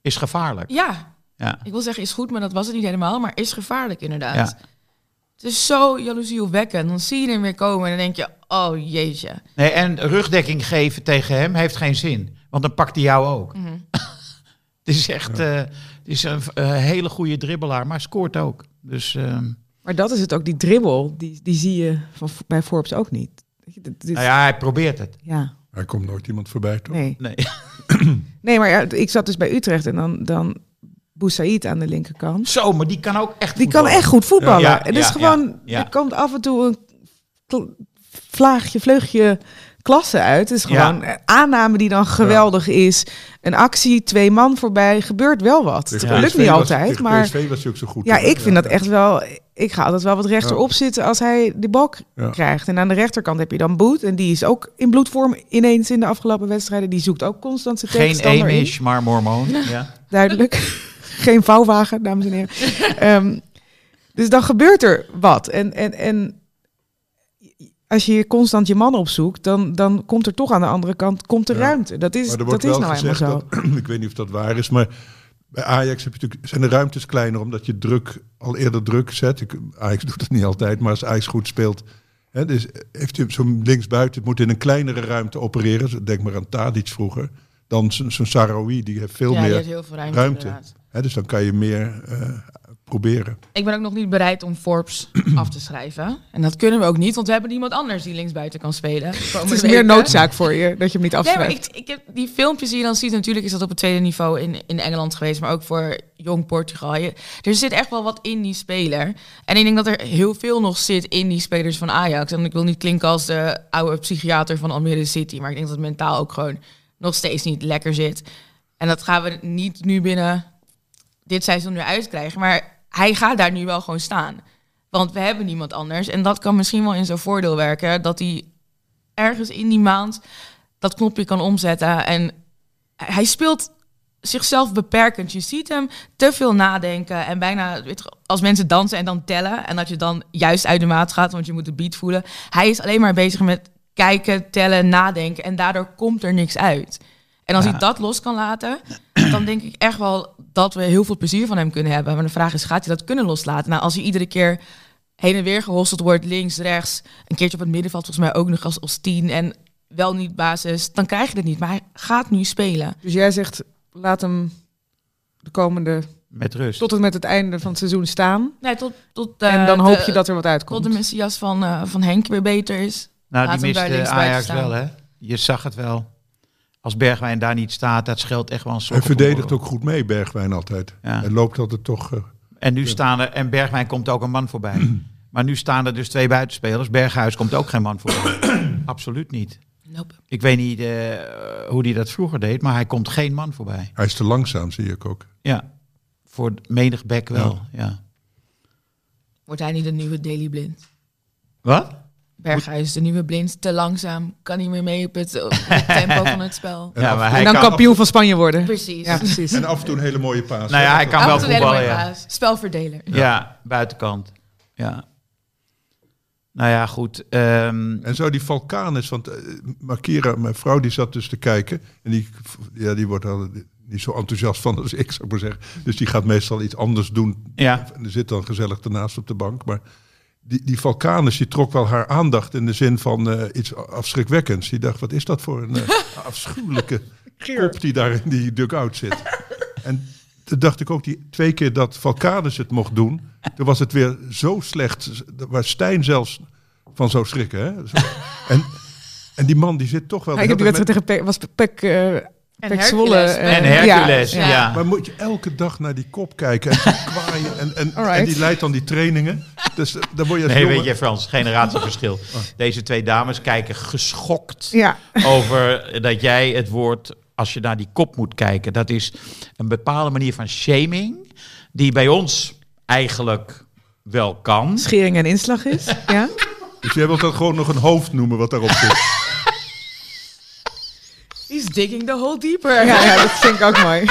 C: is gevaarlijk.
A: ja,
C: Ja.
A: ik wil zeggen is goed, maar dat was het niet helemaal, maar is gevaarlijk inderdaad.
C: Ja.
A: Het is zo jaloezieopwekkend. Dan zie je hem weer komen en dan denk je, oh jeetje.
C: Nee, en rugdekking geven tegen hem heeft geen zin. Want dan pakt hij jou ook.
E: Mhm.
C: het is echt eh, het is een eh, hele goede dribbelaar, maar scoort ook. Dus ehm,
E: Maar dat is het ook, die dribbel, die, die zie je van, bij Forbes ook niet. Weet je, dit- dit-
C: nou ja, hij probeert het.
E: ja,
B: Hij komt nooit iemand voorbij, toch?
E: nee.
C: Nee.
E: Nee, maar ja, ik zat dus bij Utrecht en dan, dan Boussaïd aan de linkerkant.
C: Zo, maar die kan ook echt
E: Die kan
C: voetballen.
E: echt goed voetballen.
C: Ja, ja,
E: het is
C: ja,
E: gewoon,
C: ja.
E: er komt af en toe een kl- vlaagje, vleugje klasse uit. Het is
C: Ja.
E: gewoon een aanname die dan geweldig is. Een actie, twee man voorbij, gebeurt wel wat.
B: Tegen
E: Het
B: PSV
E: lukt niet
B: Dus was-
E: altijd,
B: tegen
E: maar
B: PSV was hij ook zo goed.
E: ja,
B: hoor.
E: ik vind dat echt wel... Ik ga altijd wel wat rechterop zitten als hij de bal k-
B: Ja.
E: krijgt. En aan de rechterkant heb je dan Boet. En die is ook in bloedvorm ineens in de afgelopen wedstrijden. Die zoekt ook constant zijn
C: Geen
E: tegenstander in
C: Amish, maar Mormoon. Ja.
E: duidelijk. Geen vouwwagen, dames en heren. Ehm, dus dan gebeurt er wat. En, en, en als je hier constant je man opzoekt, dan, dan komt er toch aan de andere kant komt er
B: Ja.
E: ruimte. Dat is,
B: Maar er
E: dat
B: wordt
E: is
B: wel
E: nou helemaal
B: gezegd
E: zo.
B: dat, ik weet niet of dat waar is, maar bij Ajax heb je natuurlijk, zijn de ruimtes kleiner omdat je druk al eerder druk zet. Ik, Ajax doet het niet altijd, maar als Ajax goed speelt, hè, dus heeft hij zo'n linksbuiten moet in een kleinere ruimte opereren. Dus Denk maar aan Tadic vroeger. Dan zo'n zo'n Sarawi, die heeft veel
A: ja, die
B: meer
A: heeft heel veel ruimte,
B: ruimte.
A: inderdaad.
B: Hè, dus dan kan je meer eh, proberen.
A: Ik ben ook nog niet bereid om Forbes af te schrijven. En dat kunnen we ook niet, want we hebben niemand anders die linksbuiten kan spelen.
E: Het is meer noodzaak voor je dat je hem niet
A: Nee, maar
E: afschrijft.
A: ik, ik heb die filmpjes die je dan ziet, natuurlijk is dat op het tweede niveau in, in Engeland geweest, maar ook voor jong Portugal. Je- er zit echt wel wat in die speler. En ik denk dat er heel veel nog zit in die spelers van Ajax. En ik wil niet klinken als de oude psychiater van Almere City, maar ik denk dat het mentaal ook gewoon nog steeds niet lekker zit. Eh, En dat gaan we niet nu binnen dit seizoen weer uitkrijgen. Maar hij gaat daar nu wel gewoon staan. Want we hebben niemand anders. En dat kan misschien wel in zijn voordeel werken. Dat hij ergens in die maand dat knopje kan omzetten. En hij speelt zichzelf beperkend. Je ziet hem te veel nadenken en bijna weet je, als mensen dansen en dan tellen en dat je dan juist uit de maat gaat, want je moet de beat voelen. Hij is alleen maar bezig met kijken, tellen, nadenken en daardoor komt er niks uit. En als hij dat los kan laten, dan denk ik echt wel dat we heel veel plezier van hem kunnen hebben. Maar de vraag is, gaat hij dat kunnen loslaten? Nou, als hij iedere keer heen en weer gehosteld wordt, links, rechts, een keertje op het middenveld volgens mij ook nog als, als tien en wel niet basis, dan krijg je het niet. Maar hij gaat nu spelen.
E: Dus jij zegt, laat hem de komende,
C: Met rust.
E: tot en met het einde van het seizoen staan.
A: Nee, tot, tot,
E: En
A: eh,
E: dan hoop
A: de-
E: je dat er wat
A: Tot
E: uitkomt.
A: de Messias van, eh, van Henk weer beter is.
C: Nou,
A: Laat
C: die
A: hem daar
C: miste
A: linksbuiten
C: Ajax
A: staan.
C: wel, hè? Je zag het wel. Als Bergwijn daar niet staat, dat scheelt echt wel een
B: Hij
C: soort.
B: verdedigt ook goed mee, Bergwijn altijd.
C: Ja.
B: Hij loopt altijd toch... eh,
C: En nu staan er, en Bergwijn komt ook een man voorbij. maar nu staan er dus twee buitenspelers. Berghuis komt ook geen man voorbij. Absoluut niet.
A: Nope.
C: Ik weet niet eh, hoe hij dat vroeger deed, maar hij komt geen man voorbij.
B: hij is te langzaam, zie ik ook.
C: Ja, voor menig bek wel. Ja.
A: Wordt hij niet de nieuwe Daily Blind?
C: Wat?
A: Berghuis, de nieuwe blind, te langzaam, kan niet meer mee op het, op het tempo van het spel.
C: Ja, maar hij
E: en dan
C: kan,
E: kampioen van Spanje worden.
A: Precies.
E: Ja, precies.
B: En af en toe een hele mooie paas.
C: nou ja, hij kan
A: Af
C: wel
A: en toe een hele
C: voetballen.
A: mooie
C: Ja.
A: baas. Spelverdeler.
C: Ja. buitenkant. Ja. Nou ja, goed. ehm,
B: En zo die Valkanis, want eh, Makira, mijn vrouw, die zat dus te kijken. En die, ja, die wordt al niet zo enthousiast van als ik, zou ik maar zeggen. Dus die gaat meestal iets anders doen.
C: ja.
B: En die zit dan gezellig daarnaast op de bank. Maar die, die Valkanis, die trok wel haar aandacht in de zin van eh, iets afschrikwekkends. Die dacht, wat is dat voor een eh, afschuwelijke kop die daar in die dugout zit. En toen dacht ik ook, die twee keer dat Valkanis het mocht doen, toen was het weer zo slecht. Waar Stijn zelfs van zou schrikken. Hè? Zo. En, en die man die zit toch wel...
E: Maar ik heb die
B: Met-
E: wedstrijd tegen Pek, was Pek, eh, Pek
A: Hercules.
E: Zwolle. eh,
C: En Hercules,
E: ja.
C: ja.
A: ja.
B: Maar moet je elke dag naar die kop kijken en die kwaaien en, en,
E: Alright.
B: en die leidt dan die trainingen. Dus eh, dan word je als
C: Nee,
B: jongen...
C: weet je, Frans, generatieverschil. Deze twee dames kijken geschokt
E: Ja.
C: over dat jij het woord, als je naar die kop moet kijken, dat is een bepaalde manier van shaming, die bij ons eigenlijk wel kan.
E: schering en inslag is. ja.
B: Dus jij wilt dat gewoon nog een hoofd noemen wat daarop zit.
A: He's digging the hole deeper.
E: Ja, ja, dat vind ik ook mooi.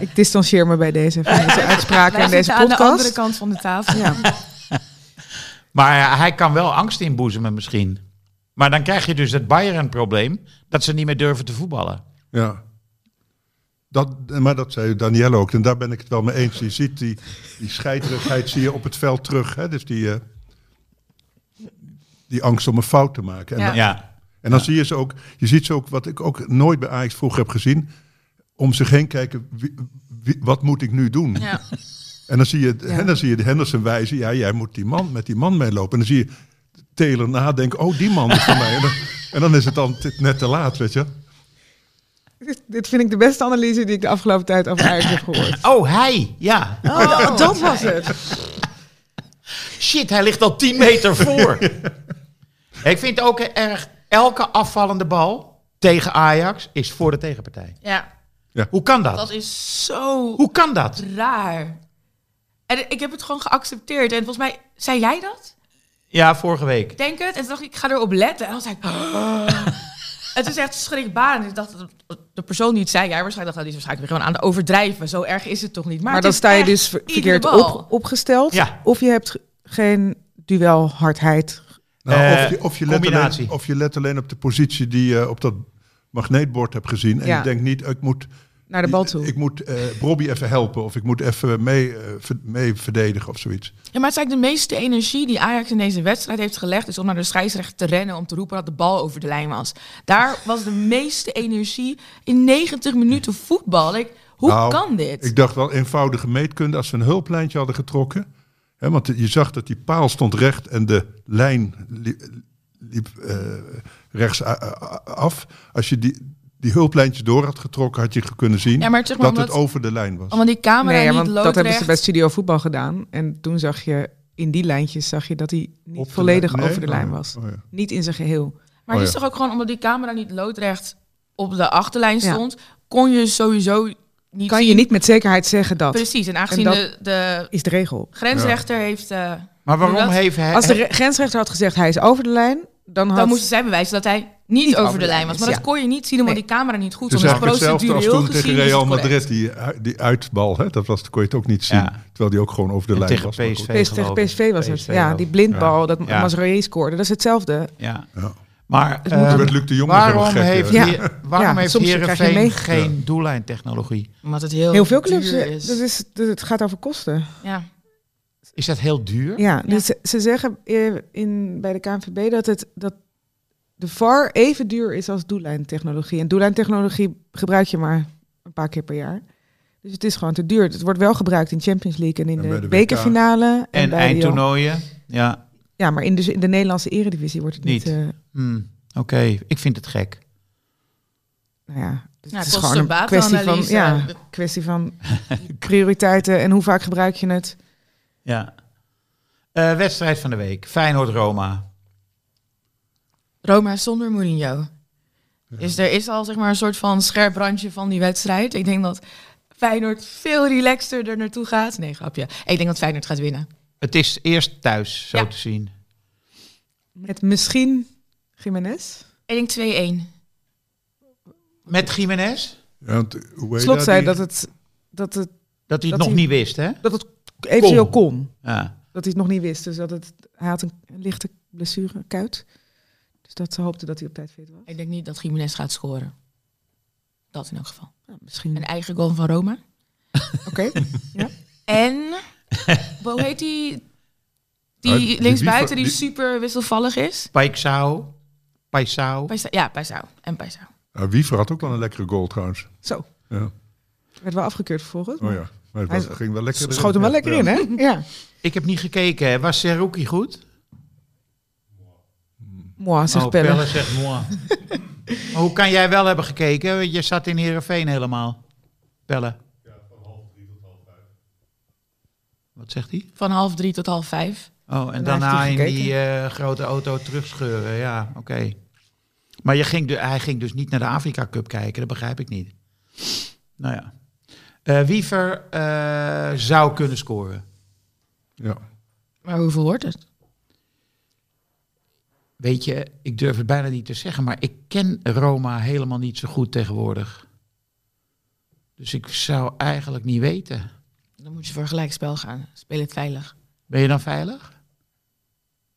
E: ik distancieer me bij deze, van deze uitspraken
A: Wij
E: in deze
A: zitten aan de andere
E: podcast.
A: kant van de tafel.
E: Ja.
C: Maar hij kan wel angst inboezemen misschien. Maar dan krijg je dus het Bayern-probleem, dat ze niet meer durven te voetballen.
B: Ja. Dat, maar dat zei Danielle ook. En daar ben ik het wel mee eens. Je ziet die, die scheiterigheid zie je op het veld terug. Hè? Dus die, eh, die angst om een fout te maken. En,
A: Ja.
B: dan-
C: Ja,
B: en dan zie je ze ook. Je ziet ze ook, wat ik ook nooit bij Ajax vroeger heb gezien. Om zich heen kijken, wie- wie- wat moet ik nu doen?
A: Ja.
B: En dan zie je, hè, dan zie je de Henderson wijzen. Ja, jij moet die man, met die man meelopen. En dan zie je Taylor nadenken. Oh, die man is van mij. En dan, en dan is het dan t- net te laat, weet je.
E: Dit, dit vind ik de beste analyse die ik de afgelopen tijd over Ajax heb gehoord.
C: Oh, hij. Ja.
E: Oh, dat was het.
C: Shit, hij ligt al 10 meter voor. Ik vind ook erg, elke afvallende bal tegen Ajax is voor de tegenpartij.
A: ja,
C: Hoe kan dat?
A: dat is zo
C: Hoe kan dat?
A: raar. En ik heb het gewoon geaccepteerd. En volgens mij, zei jij dat?
C: Ja, vorige week.
A: Ik denk het. En toen dacht ik, ik ga erop letten. En dan zei ik... Het is echt schrikbarend. Ik dacht, de persoon die het zei, ja, waarschijnlijk dacht, nou, die is waarschijnlijk weer gewoon aan het overdrijven. Zo erg is het toch niet. Maar, het
E: Maar dan
A: is
E: sta je
A: echt
E: dus ver-
A: iedere
E: verkeerd
A: bal.
E: op, opgesteld.
C: Ja.
E: Of je hebt ge- geen duelhardheid.
B: Nou,
C: Eh,
B: of, je, of, je let alleen,
C: combinatie.
B: of je let alleen op de positie die je op dat magneetbord hebt gezien. En
E: Ja.
B: je denkt niet, ik moet,
E: Naar de bal toe.
B: ik moet eh Robbie even helpen. Of ik moet even mee, eh, ver- mee verdedigen of zoiets.
A: Ja, maar het is eigenlijk de meeste energie die Ajax in deze wedstrijd heeft gelegd, is om naar de scheidsrechter te rennen om te roepen dat de bal over de lijn was. Daar was de meeste energie in 90 minuten voetbal. Ik, hoe
B: Nou,
A: kan dit?
B: Ik dacht wel eenvoudige meetkunde als ze een hulplijntje hadden getrokken. Hè, want je zag dat die paal stond recht en de lijn li- liep eh, rechts a- a- af. Als je die, die hulplijntjes door had getrokken, had je kunnen zien
A: Ja, maar zeg maar
B: dat het
A: omdat-
B: over de lijn was.
A: Omdat die camera
E: Nee, ja,
A: niet
E: want dat hebben ze
A: loodrecht-
E: bij Studio Voetbal gedaan. En toen zag je in die lijntjes zag je dat hij niet
B: Op de
E: volledig
B: lijn- nee?
E: over de lijn
B: Oh ja,
E: was.
B: oh ja.
E: Niet in zijn geheel.
A: Maar
B: Oh
A: het is
B: ja.
A: toch ook gewoon omdat die camera niet loodrecht op de achterlijn
E: Ja.
A: stond, kon je sowieso niet
E: Kan
A: zien.
E: je niet met zekerheid zeggen dat.
A: Precies, en aangezien
E: En
A: de,
E: dat-
A: de
E: Is de regel.
A: grensrechter heeft... eh,
C: Maar waarom
A: Dat-
C: heeft hij...
E: Als de re- grensrechter had gezegd hij is over de lijn, dan had
A: dan moesten zij bewijzen dat hij niet, over de lijn was. Maar
E: is,
A: dat kon je niet zien, omdat
E: Nee.
A: die camera niet goed
B: Het is
A: was.
B: eigenlijk hetzelfde als
A: procedureel
B: toen tegen
A: gezien is
B: Real
A: het correct.
B: Madrid, die, ui- die uitbal. Hè? Dat was, kon je het ook niet zien.
C: Ja.
B: Terwijl die ook gewoon over de
C: En
B: lijn
C: tegen
B: was. maar goed.
C: PSV.
E: PSV, tegen
C: geloof ik.
E: PSV was het.
C: PSV
E: ja,
C: ook.
E: die blindbal
C: Ja.
E: dat
C: Ja.
E: Mazraoui scoorde, dat is hetzelfde.
C: Ja.
B: Ja.
C: Maar
B: Toen
C: ehm,
B: werd Luc de Jong nog
C: waarom
B: helemaal gek,
C: heeft,
B: hè?
E: ja.
C: Heer- waarom
E: Ja,
C: heeft
E: soms krijg je
C: Heerenveen
E: mee.
C: geen doellijntechnologie?
A: Omdat het heel,
E: Heel veel clubs,
A: duur
E: eh,
A: is.
E: dat is, dat, het gaat over kosten.
A: Ja.
C: Is dat heel duur?
E: Ja, dus ze, ze zeggen eh, in, bij de KNVB dat, het, dat de VAR even duur is als doellijntechnologie. En doellijntechnologie gebruik je maar een paar keer per jaar. Dus het is gewoon te duur. Het wordt wel gebruikt in Champions League en in
B: En bij
E: de,
B: de WK.
E: bekerfinale. En,
C: En
E: bij de-
C: eindtoernooien? Ja.
E: Ja, maar in de, in de Nederlandse eredivisie wordt het niet...
C: Niet.
E: eh,
C: Hm, Oké, ik vind het gek.
E: nou ja, dus
A: Ja,
E: het is
A: kosten-
E: gewoon een kwestie van,
A: batenanalyse.
E: ja, kwestie van prioriteiten en hoe vaak gebruik je het.
C: Ja. Eh, wedstrijd van de week. Feyenoord-Roma.
A: Roma zonder Mourinho. Dus er is al zeg maar, een soort van scherp randje van die wedstrijd. Ik denk dat Feyenoord veel relaxter er naartoe gaat. Nee, grapje. Ik denk dat Feyenoord gaat winnen.
C: Het is eerst thuis, zo
A: Ja.
C: te zien.
E: Met misschien Jiménez.
A: Ik denk 2-1.
C: Met Jiménez?
B: Ja, want Ueda,
E: Slot zei
B: die-
E: dat het, dat het,
C: Dat hij het
E: Dat
C: nog
E: hij-
C: niet wist, hè?
E: dat het eventueel kon.
C: Ja.
E: Dat hij het nog niet wist. Dus dat het, hij had een lichte blessure, kuit. Dus dat ze hoopte dat hij op tijd fit was.
A: Ik denk niet dat Jiménez gaat scoren. Dat in elk geval.
E: Ja, Nou, misschien.
A: Een eigen goal van Roma.
E: Oké. ja.
A: En, hoe heet die,
B: Ah,
A: die
B: die- die
A: linksbuiten die,
B: die-
A: super wisselvallig is?
C: Paixão. Paixão.
A: Paisa- ja, Paisao. En Paisao.
B: Ah, Wiever had ook wel een lekkere goal trouwens.
E: Zo.
B: Ja.
E: Werd wel afgekeurd vervolgens.
B: Oh ja. Maar het was-
E: Hij-
B: ging wel lekker
E: Ze
B: erin.
E: schoot hem wel
B: Ja.
E: lekker
B: Ja.
E: in, hè? Ja.
C: Ik heb niet gekeken. hè. Was Seruki goed?
E: Mooi, zegt
C: oh,
E: Pelle.
C: Pelle zegt moi. maar hoe kan jij wel hebben gekeken? Want je zat in Heerenveen helemaal. Pelle. Wat zegt hij?
A: Van half drie tot half vijf.
C: Oh, en
E: Daarna heeft
C: daarna
E: hij
C: in
E: gekeken.
C: die eh, grote auto terugscheuren. Ja, oké. Maar je ging, du- hij ging dus niet naar de Afrika Cup kijken, dat begrijp ik niet. Nou ja. Eh, Wiever eh, zou kunnen scoren.
B: Ja.
A: Maar hoeveel wordt het?
C: Weet je, ik durf het bijna niet te zeggen, maar ik ken Roma helemaal niet zo goed tegenwoordig. Dus ik zou eigenlijk niet weten.
A: Dan moet je voor gelijkspel gaan. Speel het veilig.
C: Ben je dan veilig?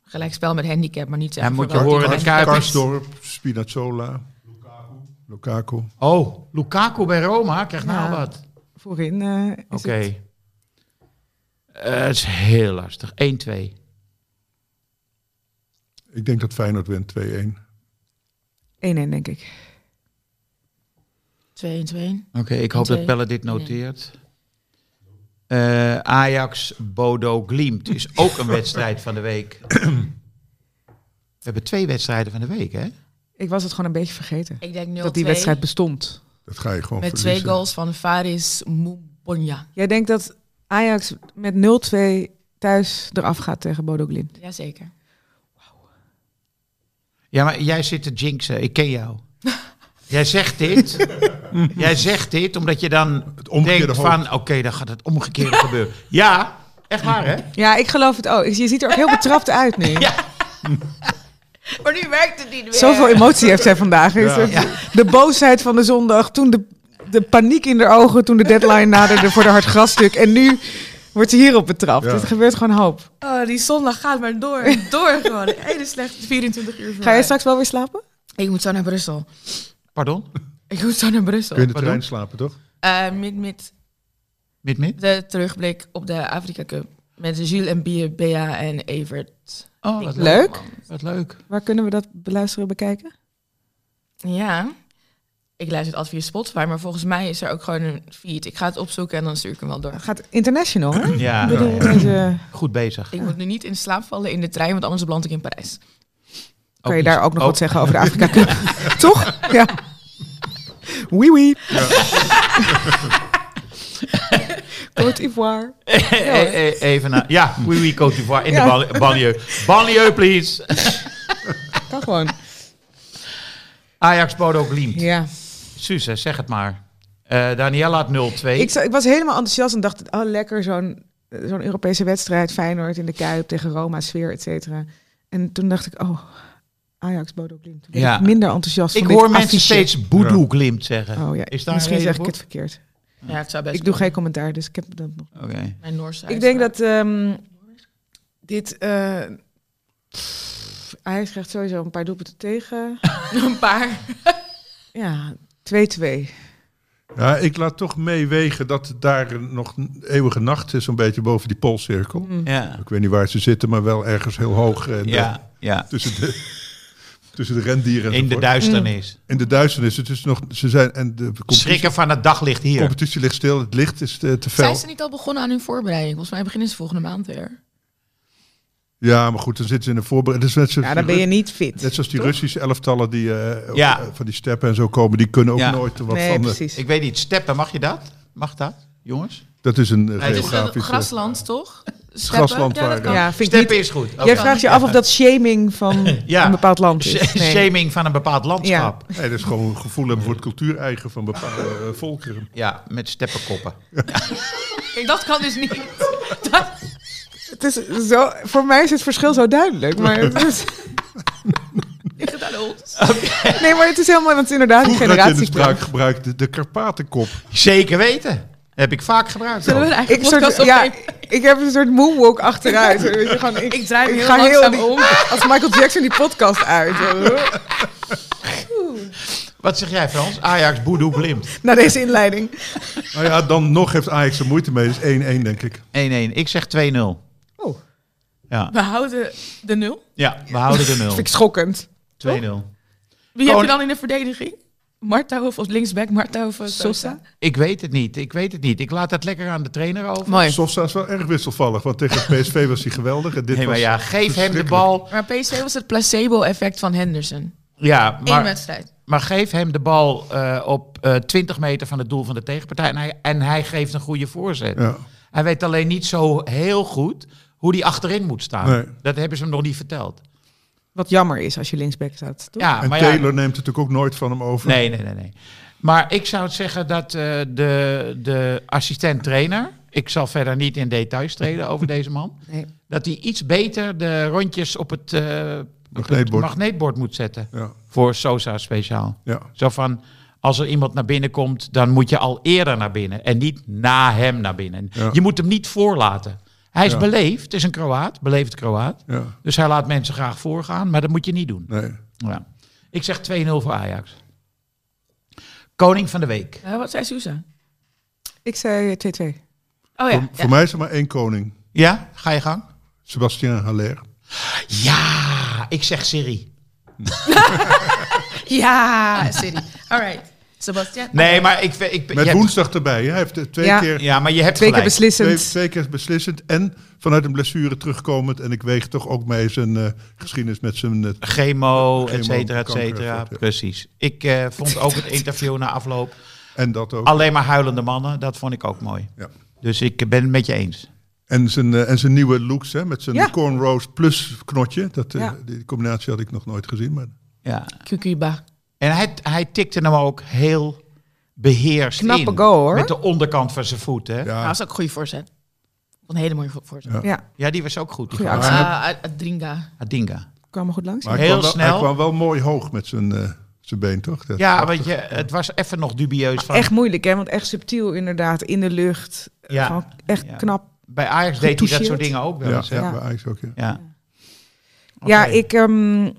A: Gelijkspel met handicap, maar niet zeggen
C: Ja,
A: voor
C: moet je
A: welk
C: horen
A: team
C: dat
A: handicap
C: Kuipers-
A: is.
B: Karsdorp, Spinazzola. Lukaku. Lukaku.
C: Oh, Lukaku bij Roma, krijg nou
E: Ja.
C: wat.
E: Voorin eh, is
C: Oké.
E: het
C: Eh, het is heel lastig. 1-2.
B: Ik denk dat Feyenoord wint 2-1.
E: 1-1, denk ik.
A: 2-1-2-1.
C: Oké, ik hoop dat
A: Twee.
C: Pelle dit noteert. Eh, Ajax Bodo Glimt is ook een wedstrijd van de week. We hebben twee wedstrijden van de week, hè?
E: Ik was het gewoon een beetje vergeten.
A: Ik denk 0-2.
E: Dat die wedstrijd bestond.
B: Dat ga je gewoon
A: Met twee
B: verliezen.
A: goals van Faris Moubonia.
E: Jij denkt dat Ajax met 0-2 thuis eraf gaat tegen Bodo Glimt.
A: Jazeker.
C: Ja, maar jij zit te jinxen. Ik ken jou. Jij zegt dit. jij zegt dit omdat je dan
B: Het omgekeerde
C: denkt
B: hoofd.
C: van... Oké, dan gaat het omgekeerde gebeuren. Ja, echt waar, hè?
E: Ja, ik geloof het ook. Je ziet er ook heel betrapt uit nu.
A: Maar nu werkt het niet meer.
E: Zoveel emotie heeft zij vandaag. Is het- De boosheid van de zondag, toen de, de paniek in haar ogen, toen de deadline naderde voor de hard grasstuk. En nu wordt ze hierop betrapt.
B: Ja.
E: Het gebeurt gewoon hoop.
A: Oh, die zondag gaat maar door en door gewoon. Een Hele slechte 24 uur voor
E: Ga jij
A: mij.
E: straks wel weer slapen?
A: Ik moet zo naar Brussel.
C: Pardon?
A: Ik moet zo naar Brussel.
B: Kun je in de
C: Pardon?
B: trein slapen, toch?
A: Eh, met, met
C: Mid-mid?
A: de terugblik op de Afrika Cup. Met Jules en Bia, Bea en Evert.
C: Oh, wat leuk.
E: Leuk.
C: Wat leuk.
E: Waar kunnen we dat beluisteren, bekijken?
A: Ja. Ik luister het altijd via Spotify, maar volgens mij is er ook gewoon een feed. Ik ga het opzoeken en dan stuur ik hem wel door.
E: Het gaat international, hè?
C: Ja,
E: Hm, Ik bedoel, dus, eh, deze-
C: goed bezig.
A: Ik moet nu niet in slaap vallen in de trein, want anders beland ik in Parijs.
E: Kan je
C: niet-
E: daar ook nog wat zeggen over de Afrika Cup? Toch? Ja. Oui, oui. Côte d'Ivoire.
C: Eh, eh, even naar... Ja, oui, oui, Côte d'Ivoire. In
E: Hm. Ja.
C: de banlieue. banlieue. Banlieue, please.
E: Kan gewoon.
C: Ajax Bodo Glimt.
E: Ja.
C: Suze, zeg het maar. Eh Daniela had 0-2.
E: Ik, za- ik was helemaal enthousiast en dacht, oh lekker, zo'n eh, zo'n Europese wedstrijd. Feyenoord in de Kuip tegen Roma, sfeer, et cetera. En toen dacht ik, oh, Ajax, Bodo Glimt. Toen werd
C: Ja.
E: ik minder enthousiast
C: Ik
E: van dit
C: hoor mensen
E: affiche.
C: steeds Boedoe Glimt zeggen.
E: Oh ja,
C: Is daar
E: misschien
C: een
E: zeg
C: reden
E: ik
C: voor?
E: het verkeerd.
A: Ja, het zou best
E: Ik doe
A: kunnen.
E: geen commentaar, dus ik heb dat nog.
C: Oké.
A: Mijn Noorse
E: Ik denk
A: uitspraak.
E: dat ehm, dit... eh pff, Ajax krijgt sowieso een paar doelpunten tegen.
A: een paar.
E: Ja, 2-2.
B: Ja, ik laat toch meewegen dat daar nog een eeuwige nacht is, zo'n beetje boven die poolcirkel.
A: Hmm.
E: Hm.
C: Ja.
B: Ik weet niet waar ze zitten, maar wel ergens heel hoog. eh, de-
C: Ja, ja.
B: tussen, de, tussen de rendieren.
C: In de
B: enzovoort.
C: duisternis.
B: In de duisternis. Het is nog, ze zijn, en de competitie,
C: Schrikken van het daglicht hier.
B: competitie ligt stil, het licht is eh, te, te
A: Zijn
B: fel.
A: ze niet al begonnen aan hun voorbereiding? Volgens mij beginnen ze volgende maand weer.
B: Ja, maar goed, dan zitten ze in de voorbereiding. Het is net zoals
E: Ja, dan
B: die
E: ben je
B: Rus-
E: niet fit.
B: Net zoals die Russische elftallen die eh,
C: Ja.
B: eh, van die steppen en zo komen, die kunnen ook
C: Ja.
B: nooit er wat
E: Nee,
B: van. eh,
E: precies.
C: Ik weet niet, steppen, mag je dat? Mag dat, jongens?
B: Dat is een eh,
C: het
A: Het is een
B: geografische.
A: grasland, toch? Steppen?
B: grasland
A: ja, dat
B: waar,
A: kan.
E: Ja, vind ik niet...
C: Steppen is goed. Oké.
E: Jij vraagt je af of dat shaming van
C: Ja.
E: een bepaald land is.
C: Sh-
E: Nee.
C: Shaming van een bepaald landschap. Ja,
B: Nee, dat is gewoon een gevoel hebben voor het cultuur-eigen van bepaalde eh, volkeren.
C: met steppenkoppen.
A: Kijk, dat kan dus niet.
E: Het is zo, voor mij is het verschil zo duidelijk. Maar het is,
A: Ligt het aan ons?
E: nee, maar het is helemaal want het is inderdaad een
B: Vroeger had je in de
E: generatiekraak.
B: spraak gebruikt de, de Karpatenkop.
C: Zeker weten. Heb ik vaak gebruikt.
A: Zullen we
C: ook.
A: een eigen
E: Ik, soort,
A: podcast
E: ja,
A: opnemen?
E: ik heb een soort moonwalk achteruit. Weet je, gewoon, ik,
A: Ik draai me
E: ik
A: heel
E: ga heel
A: langzaam
E: die-
A: om.
E: als Michael Jackson die podcast uit. hoor.
C: Wat zeg jij Frans? Ajax, Boedoe, Blimt. 1-1.
E: Na deze inleiding.
B: Nou ja, dan nog heeft Ajax er moeite mee. Dus 1-1, denk ik.
C: Ik zeg 2-0.
E: Oh.
C: Ja.
A: We houden de nul.
C: ja, we houden de
E: Dat
C: 0.
E: vind ik schokkend.
C: 2-0.
A: Wie
C: Gewoon-
A: heb je dan in de verdediging? Marta of als linksback, Marta of eh, Sosa?
C: Ik weet het niet. Ik weet het niet. Ik laat dat lekker aan de trainer over.
A: Mooi.
B: Sofsa is wel erg wisselvallig, want tegen PSV was hij geweldig. En dit
C: Nee, maar
B: was
C: ja, geef hem de
B: verschrikkelijk.
C: bal.
A: Maar PSV was het placebo-effect van Henderson.
C: Ja,
A: Eén
C: maar,
A: wedstrijd.
C: maar geef hem de bal eh, op eh 20 meter van het doel van de tegenpartij. En hij, en hij geeft een goede voorzet.
B: Ja.
C: Hij weet alleen niet zo heel goed hoe hij achterin moet staan.
B: Nee.
C: Dat hebben ze hem nog niet verteld.
E: Wat jammer is als je linksback staat. Toch?
C: Ja,
B: En
C: maar ja,
B: Taylor neemt het natuurlijk ook nooit van hem over.
C: Nee, nee, nee, nee. Maar ik zou zeggen dat eh, de, de assistent-trainer, ik zal verder niet in details treden over deze man,
E: Nee.
C: dat hij iets beter de rondjes op het, eh, op
B: Magneetbord.
C: het magneetbord moet zetten.
B: Ja,
C: Voor Sosa speciaal.
B: ja.
C: Zo van, als er iemand naar binnen komt, dan moet je al eerder naar binnen en niet na hem naar binnen.
B: Ja.
C: Je moet hem niet voorlaten. Hij is
B: Ja.
C: beleefd, is een Kroaat, beleefd Kroaat.
B: ja.
C: Dus hij laat mensen graag voorgaan, maar dat moet je niet doen.
B: Nee.
C: Ja. Ik zeg 2-0 voor Ajax. Koning van de week.
A: Ja, wat zei Sosa?
E: Ik zei eh, 2-2.
A: Oh
B: Voor,
A: ja.
B: voor mij is er maar één koning.
C: Ja, ga je gang.
B: Sebastien Haller.
C: Ja, ik zeg Siri.
A: Ja, sorry. All right. Sebastian.
C: Nee, maar ik... ik
B: Met
C: je hebt-
B: woensdag erbij. hè. Hij heeft eh, twee
E: Ja.
B: keer...
C: ja, maar je hebt
E: Twee keer
C: gelijk.
B: Twee,
E: beslissend.
B: twee keer beslissend en vanuit een blessure terugkomend. En ik weeg toch ook mee zijn eh, geschiedenis met zijn... eh,
C: Chemo, et
B: Chemo,
C: cetera, et
B: kanker,
C: cetera.
B: enzovoort, ja.
C: Precies. Ik eh, vond ook het interview na afloop.
B: en dat ook.
C: Alleen maar huilende mannen, dat vond ik ook mooi.
B: Ja.
C: Dus ik ben het met je eens.
B: En zijn, eh, en zijn nieuwe looks, hè, met zijn
E: Ja.
B: cornrows plus knotje. Dat, eh,
E: Ja.
B: Die combinatie had ik nog nooit gezien. Maar
C: Ja.
A: Ah, Cucuba.
C: En hij, hij tikte hem ook heel beheerst
E: Knappe
C: in.
E: goal, hoor.
C: Met de onderkant van zijn voet, hè? Ja,
A: Dat
B: ja,
A: was ook een goede voorzet. Een hele mooie vo- voorzet.
B: Ja.
E: Ja,
C: die was ook goed. die
E: Goeie
C: goal.
E: actie.
A: Ah, Ad- Adringa.
C: Adinga.
E: kwam er goed langs.
B: maar hij,
C: Heel
B: kwam wel,
C: snel.
B: hij kwam wel mooi hoog met zijn, eh, zijn been, toch? Dat-
C: Ja, want je, het was even nog dubieus. Van,
E: Echt moeilijk, hè? Want echt subtiel inderdaad, in de lucht.
C: Ja.
E: Gewoon echt
C: Ja.
E: knap.
C: bij Ajax deed hij dat
E: Getoucheerd.
C: soort dingen ook wel
B: Ja,
C: eens. hè?
B: ja,
E: Ja.
B: bij Ajax ook, ja.
C: Ja.
E: Ja,
C: Oké.
E: ik ehm,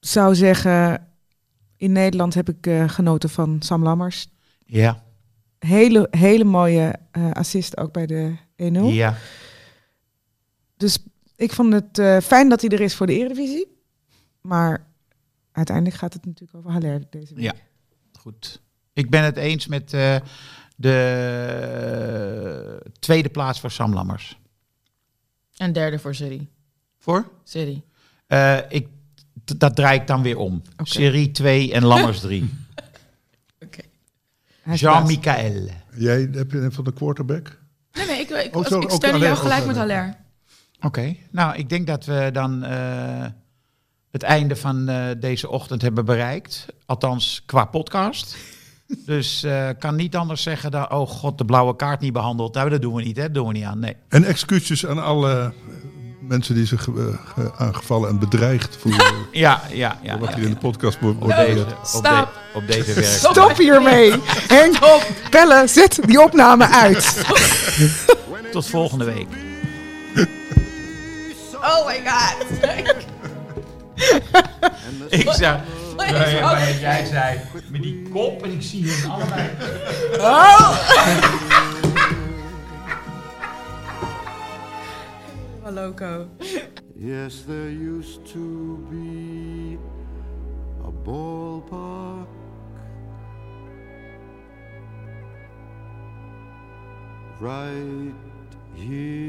E: zou zeggen, in Nederland heb ik eh, genoten van Sam Lammers.
C: Ja,
E: Hele, hele mooie eh, assist ook bij de 1-0.
C: ja.
E: Dus ik vond het eh, fijn dat hij er is voor de Eredivisie. Maar uiteindelijk gaat het natuurlijk over Haller deze week.
C: Ja. Goed. Ik ben het eens met eh, de tweede plaats voor Sam Lammers.
A: En derde voor Siri.
C: Voor?
A: Siri.
C: Eh, ik, d- dat draai ik dan weer om. Serie 2 en Lammers 3.
E: Hij is plaats.
C: Jean-Michael.
B: Jij heb je van de quarterback?
A: Nee, nee, ik, ik,
B: Oh,
A: als-
B: zo,
A: ik
B: ook
A: steun
B: Haller,
A: jou
B: ook
A: gelijk met
B: Haller.
A: Haller.
C: Oké. Nou, ik denk dat we dan eh, het einde van eh, deze ochtend hebben bereikt. Althans, qua podcast. Dus eh kan niet anders zeggen dan, oh god, de blauwe kaart niet behandeld. Nou, dat doen we niet, hè? Dat doen we niet aan, nee.
B: En excuses aan alle mensen die zich eh, ge- aangevallen en bedreigd voelen.
C: Ja, ja, ja.
B: wat
C: ja,
B: hier in de podcast wordt
C: Op
B: wordt
C: deze,
B: gezegd.
C: op, de,
A: Stop.
C: op deze werk.
E: Stop hiermee! Henk, Pelle, zet die opname uit.
C: Tot volgende week.
A: Oh my god.
C: Ik zei, jij zei, met die kop en ik zie hun allebei.
A: Loco.
D: Yes, there used to be a ballpark. Right here.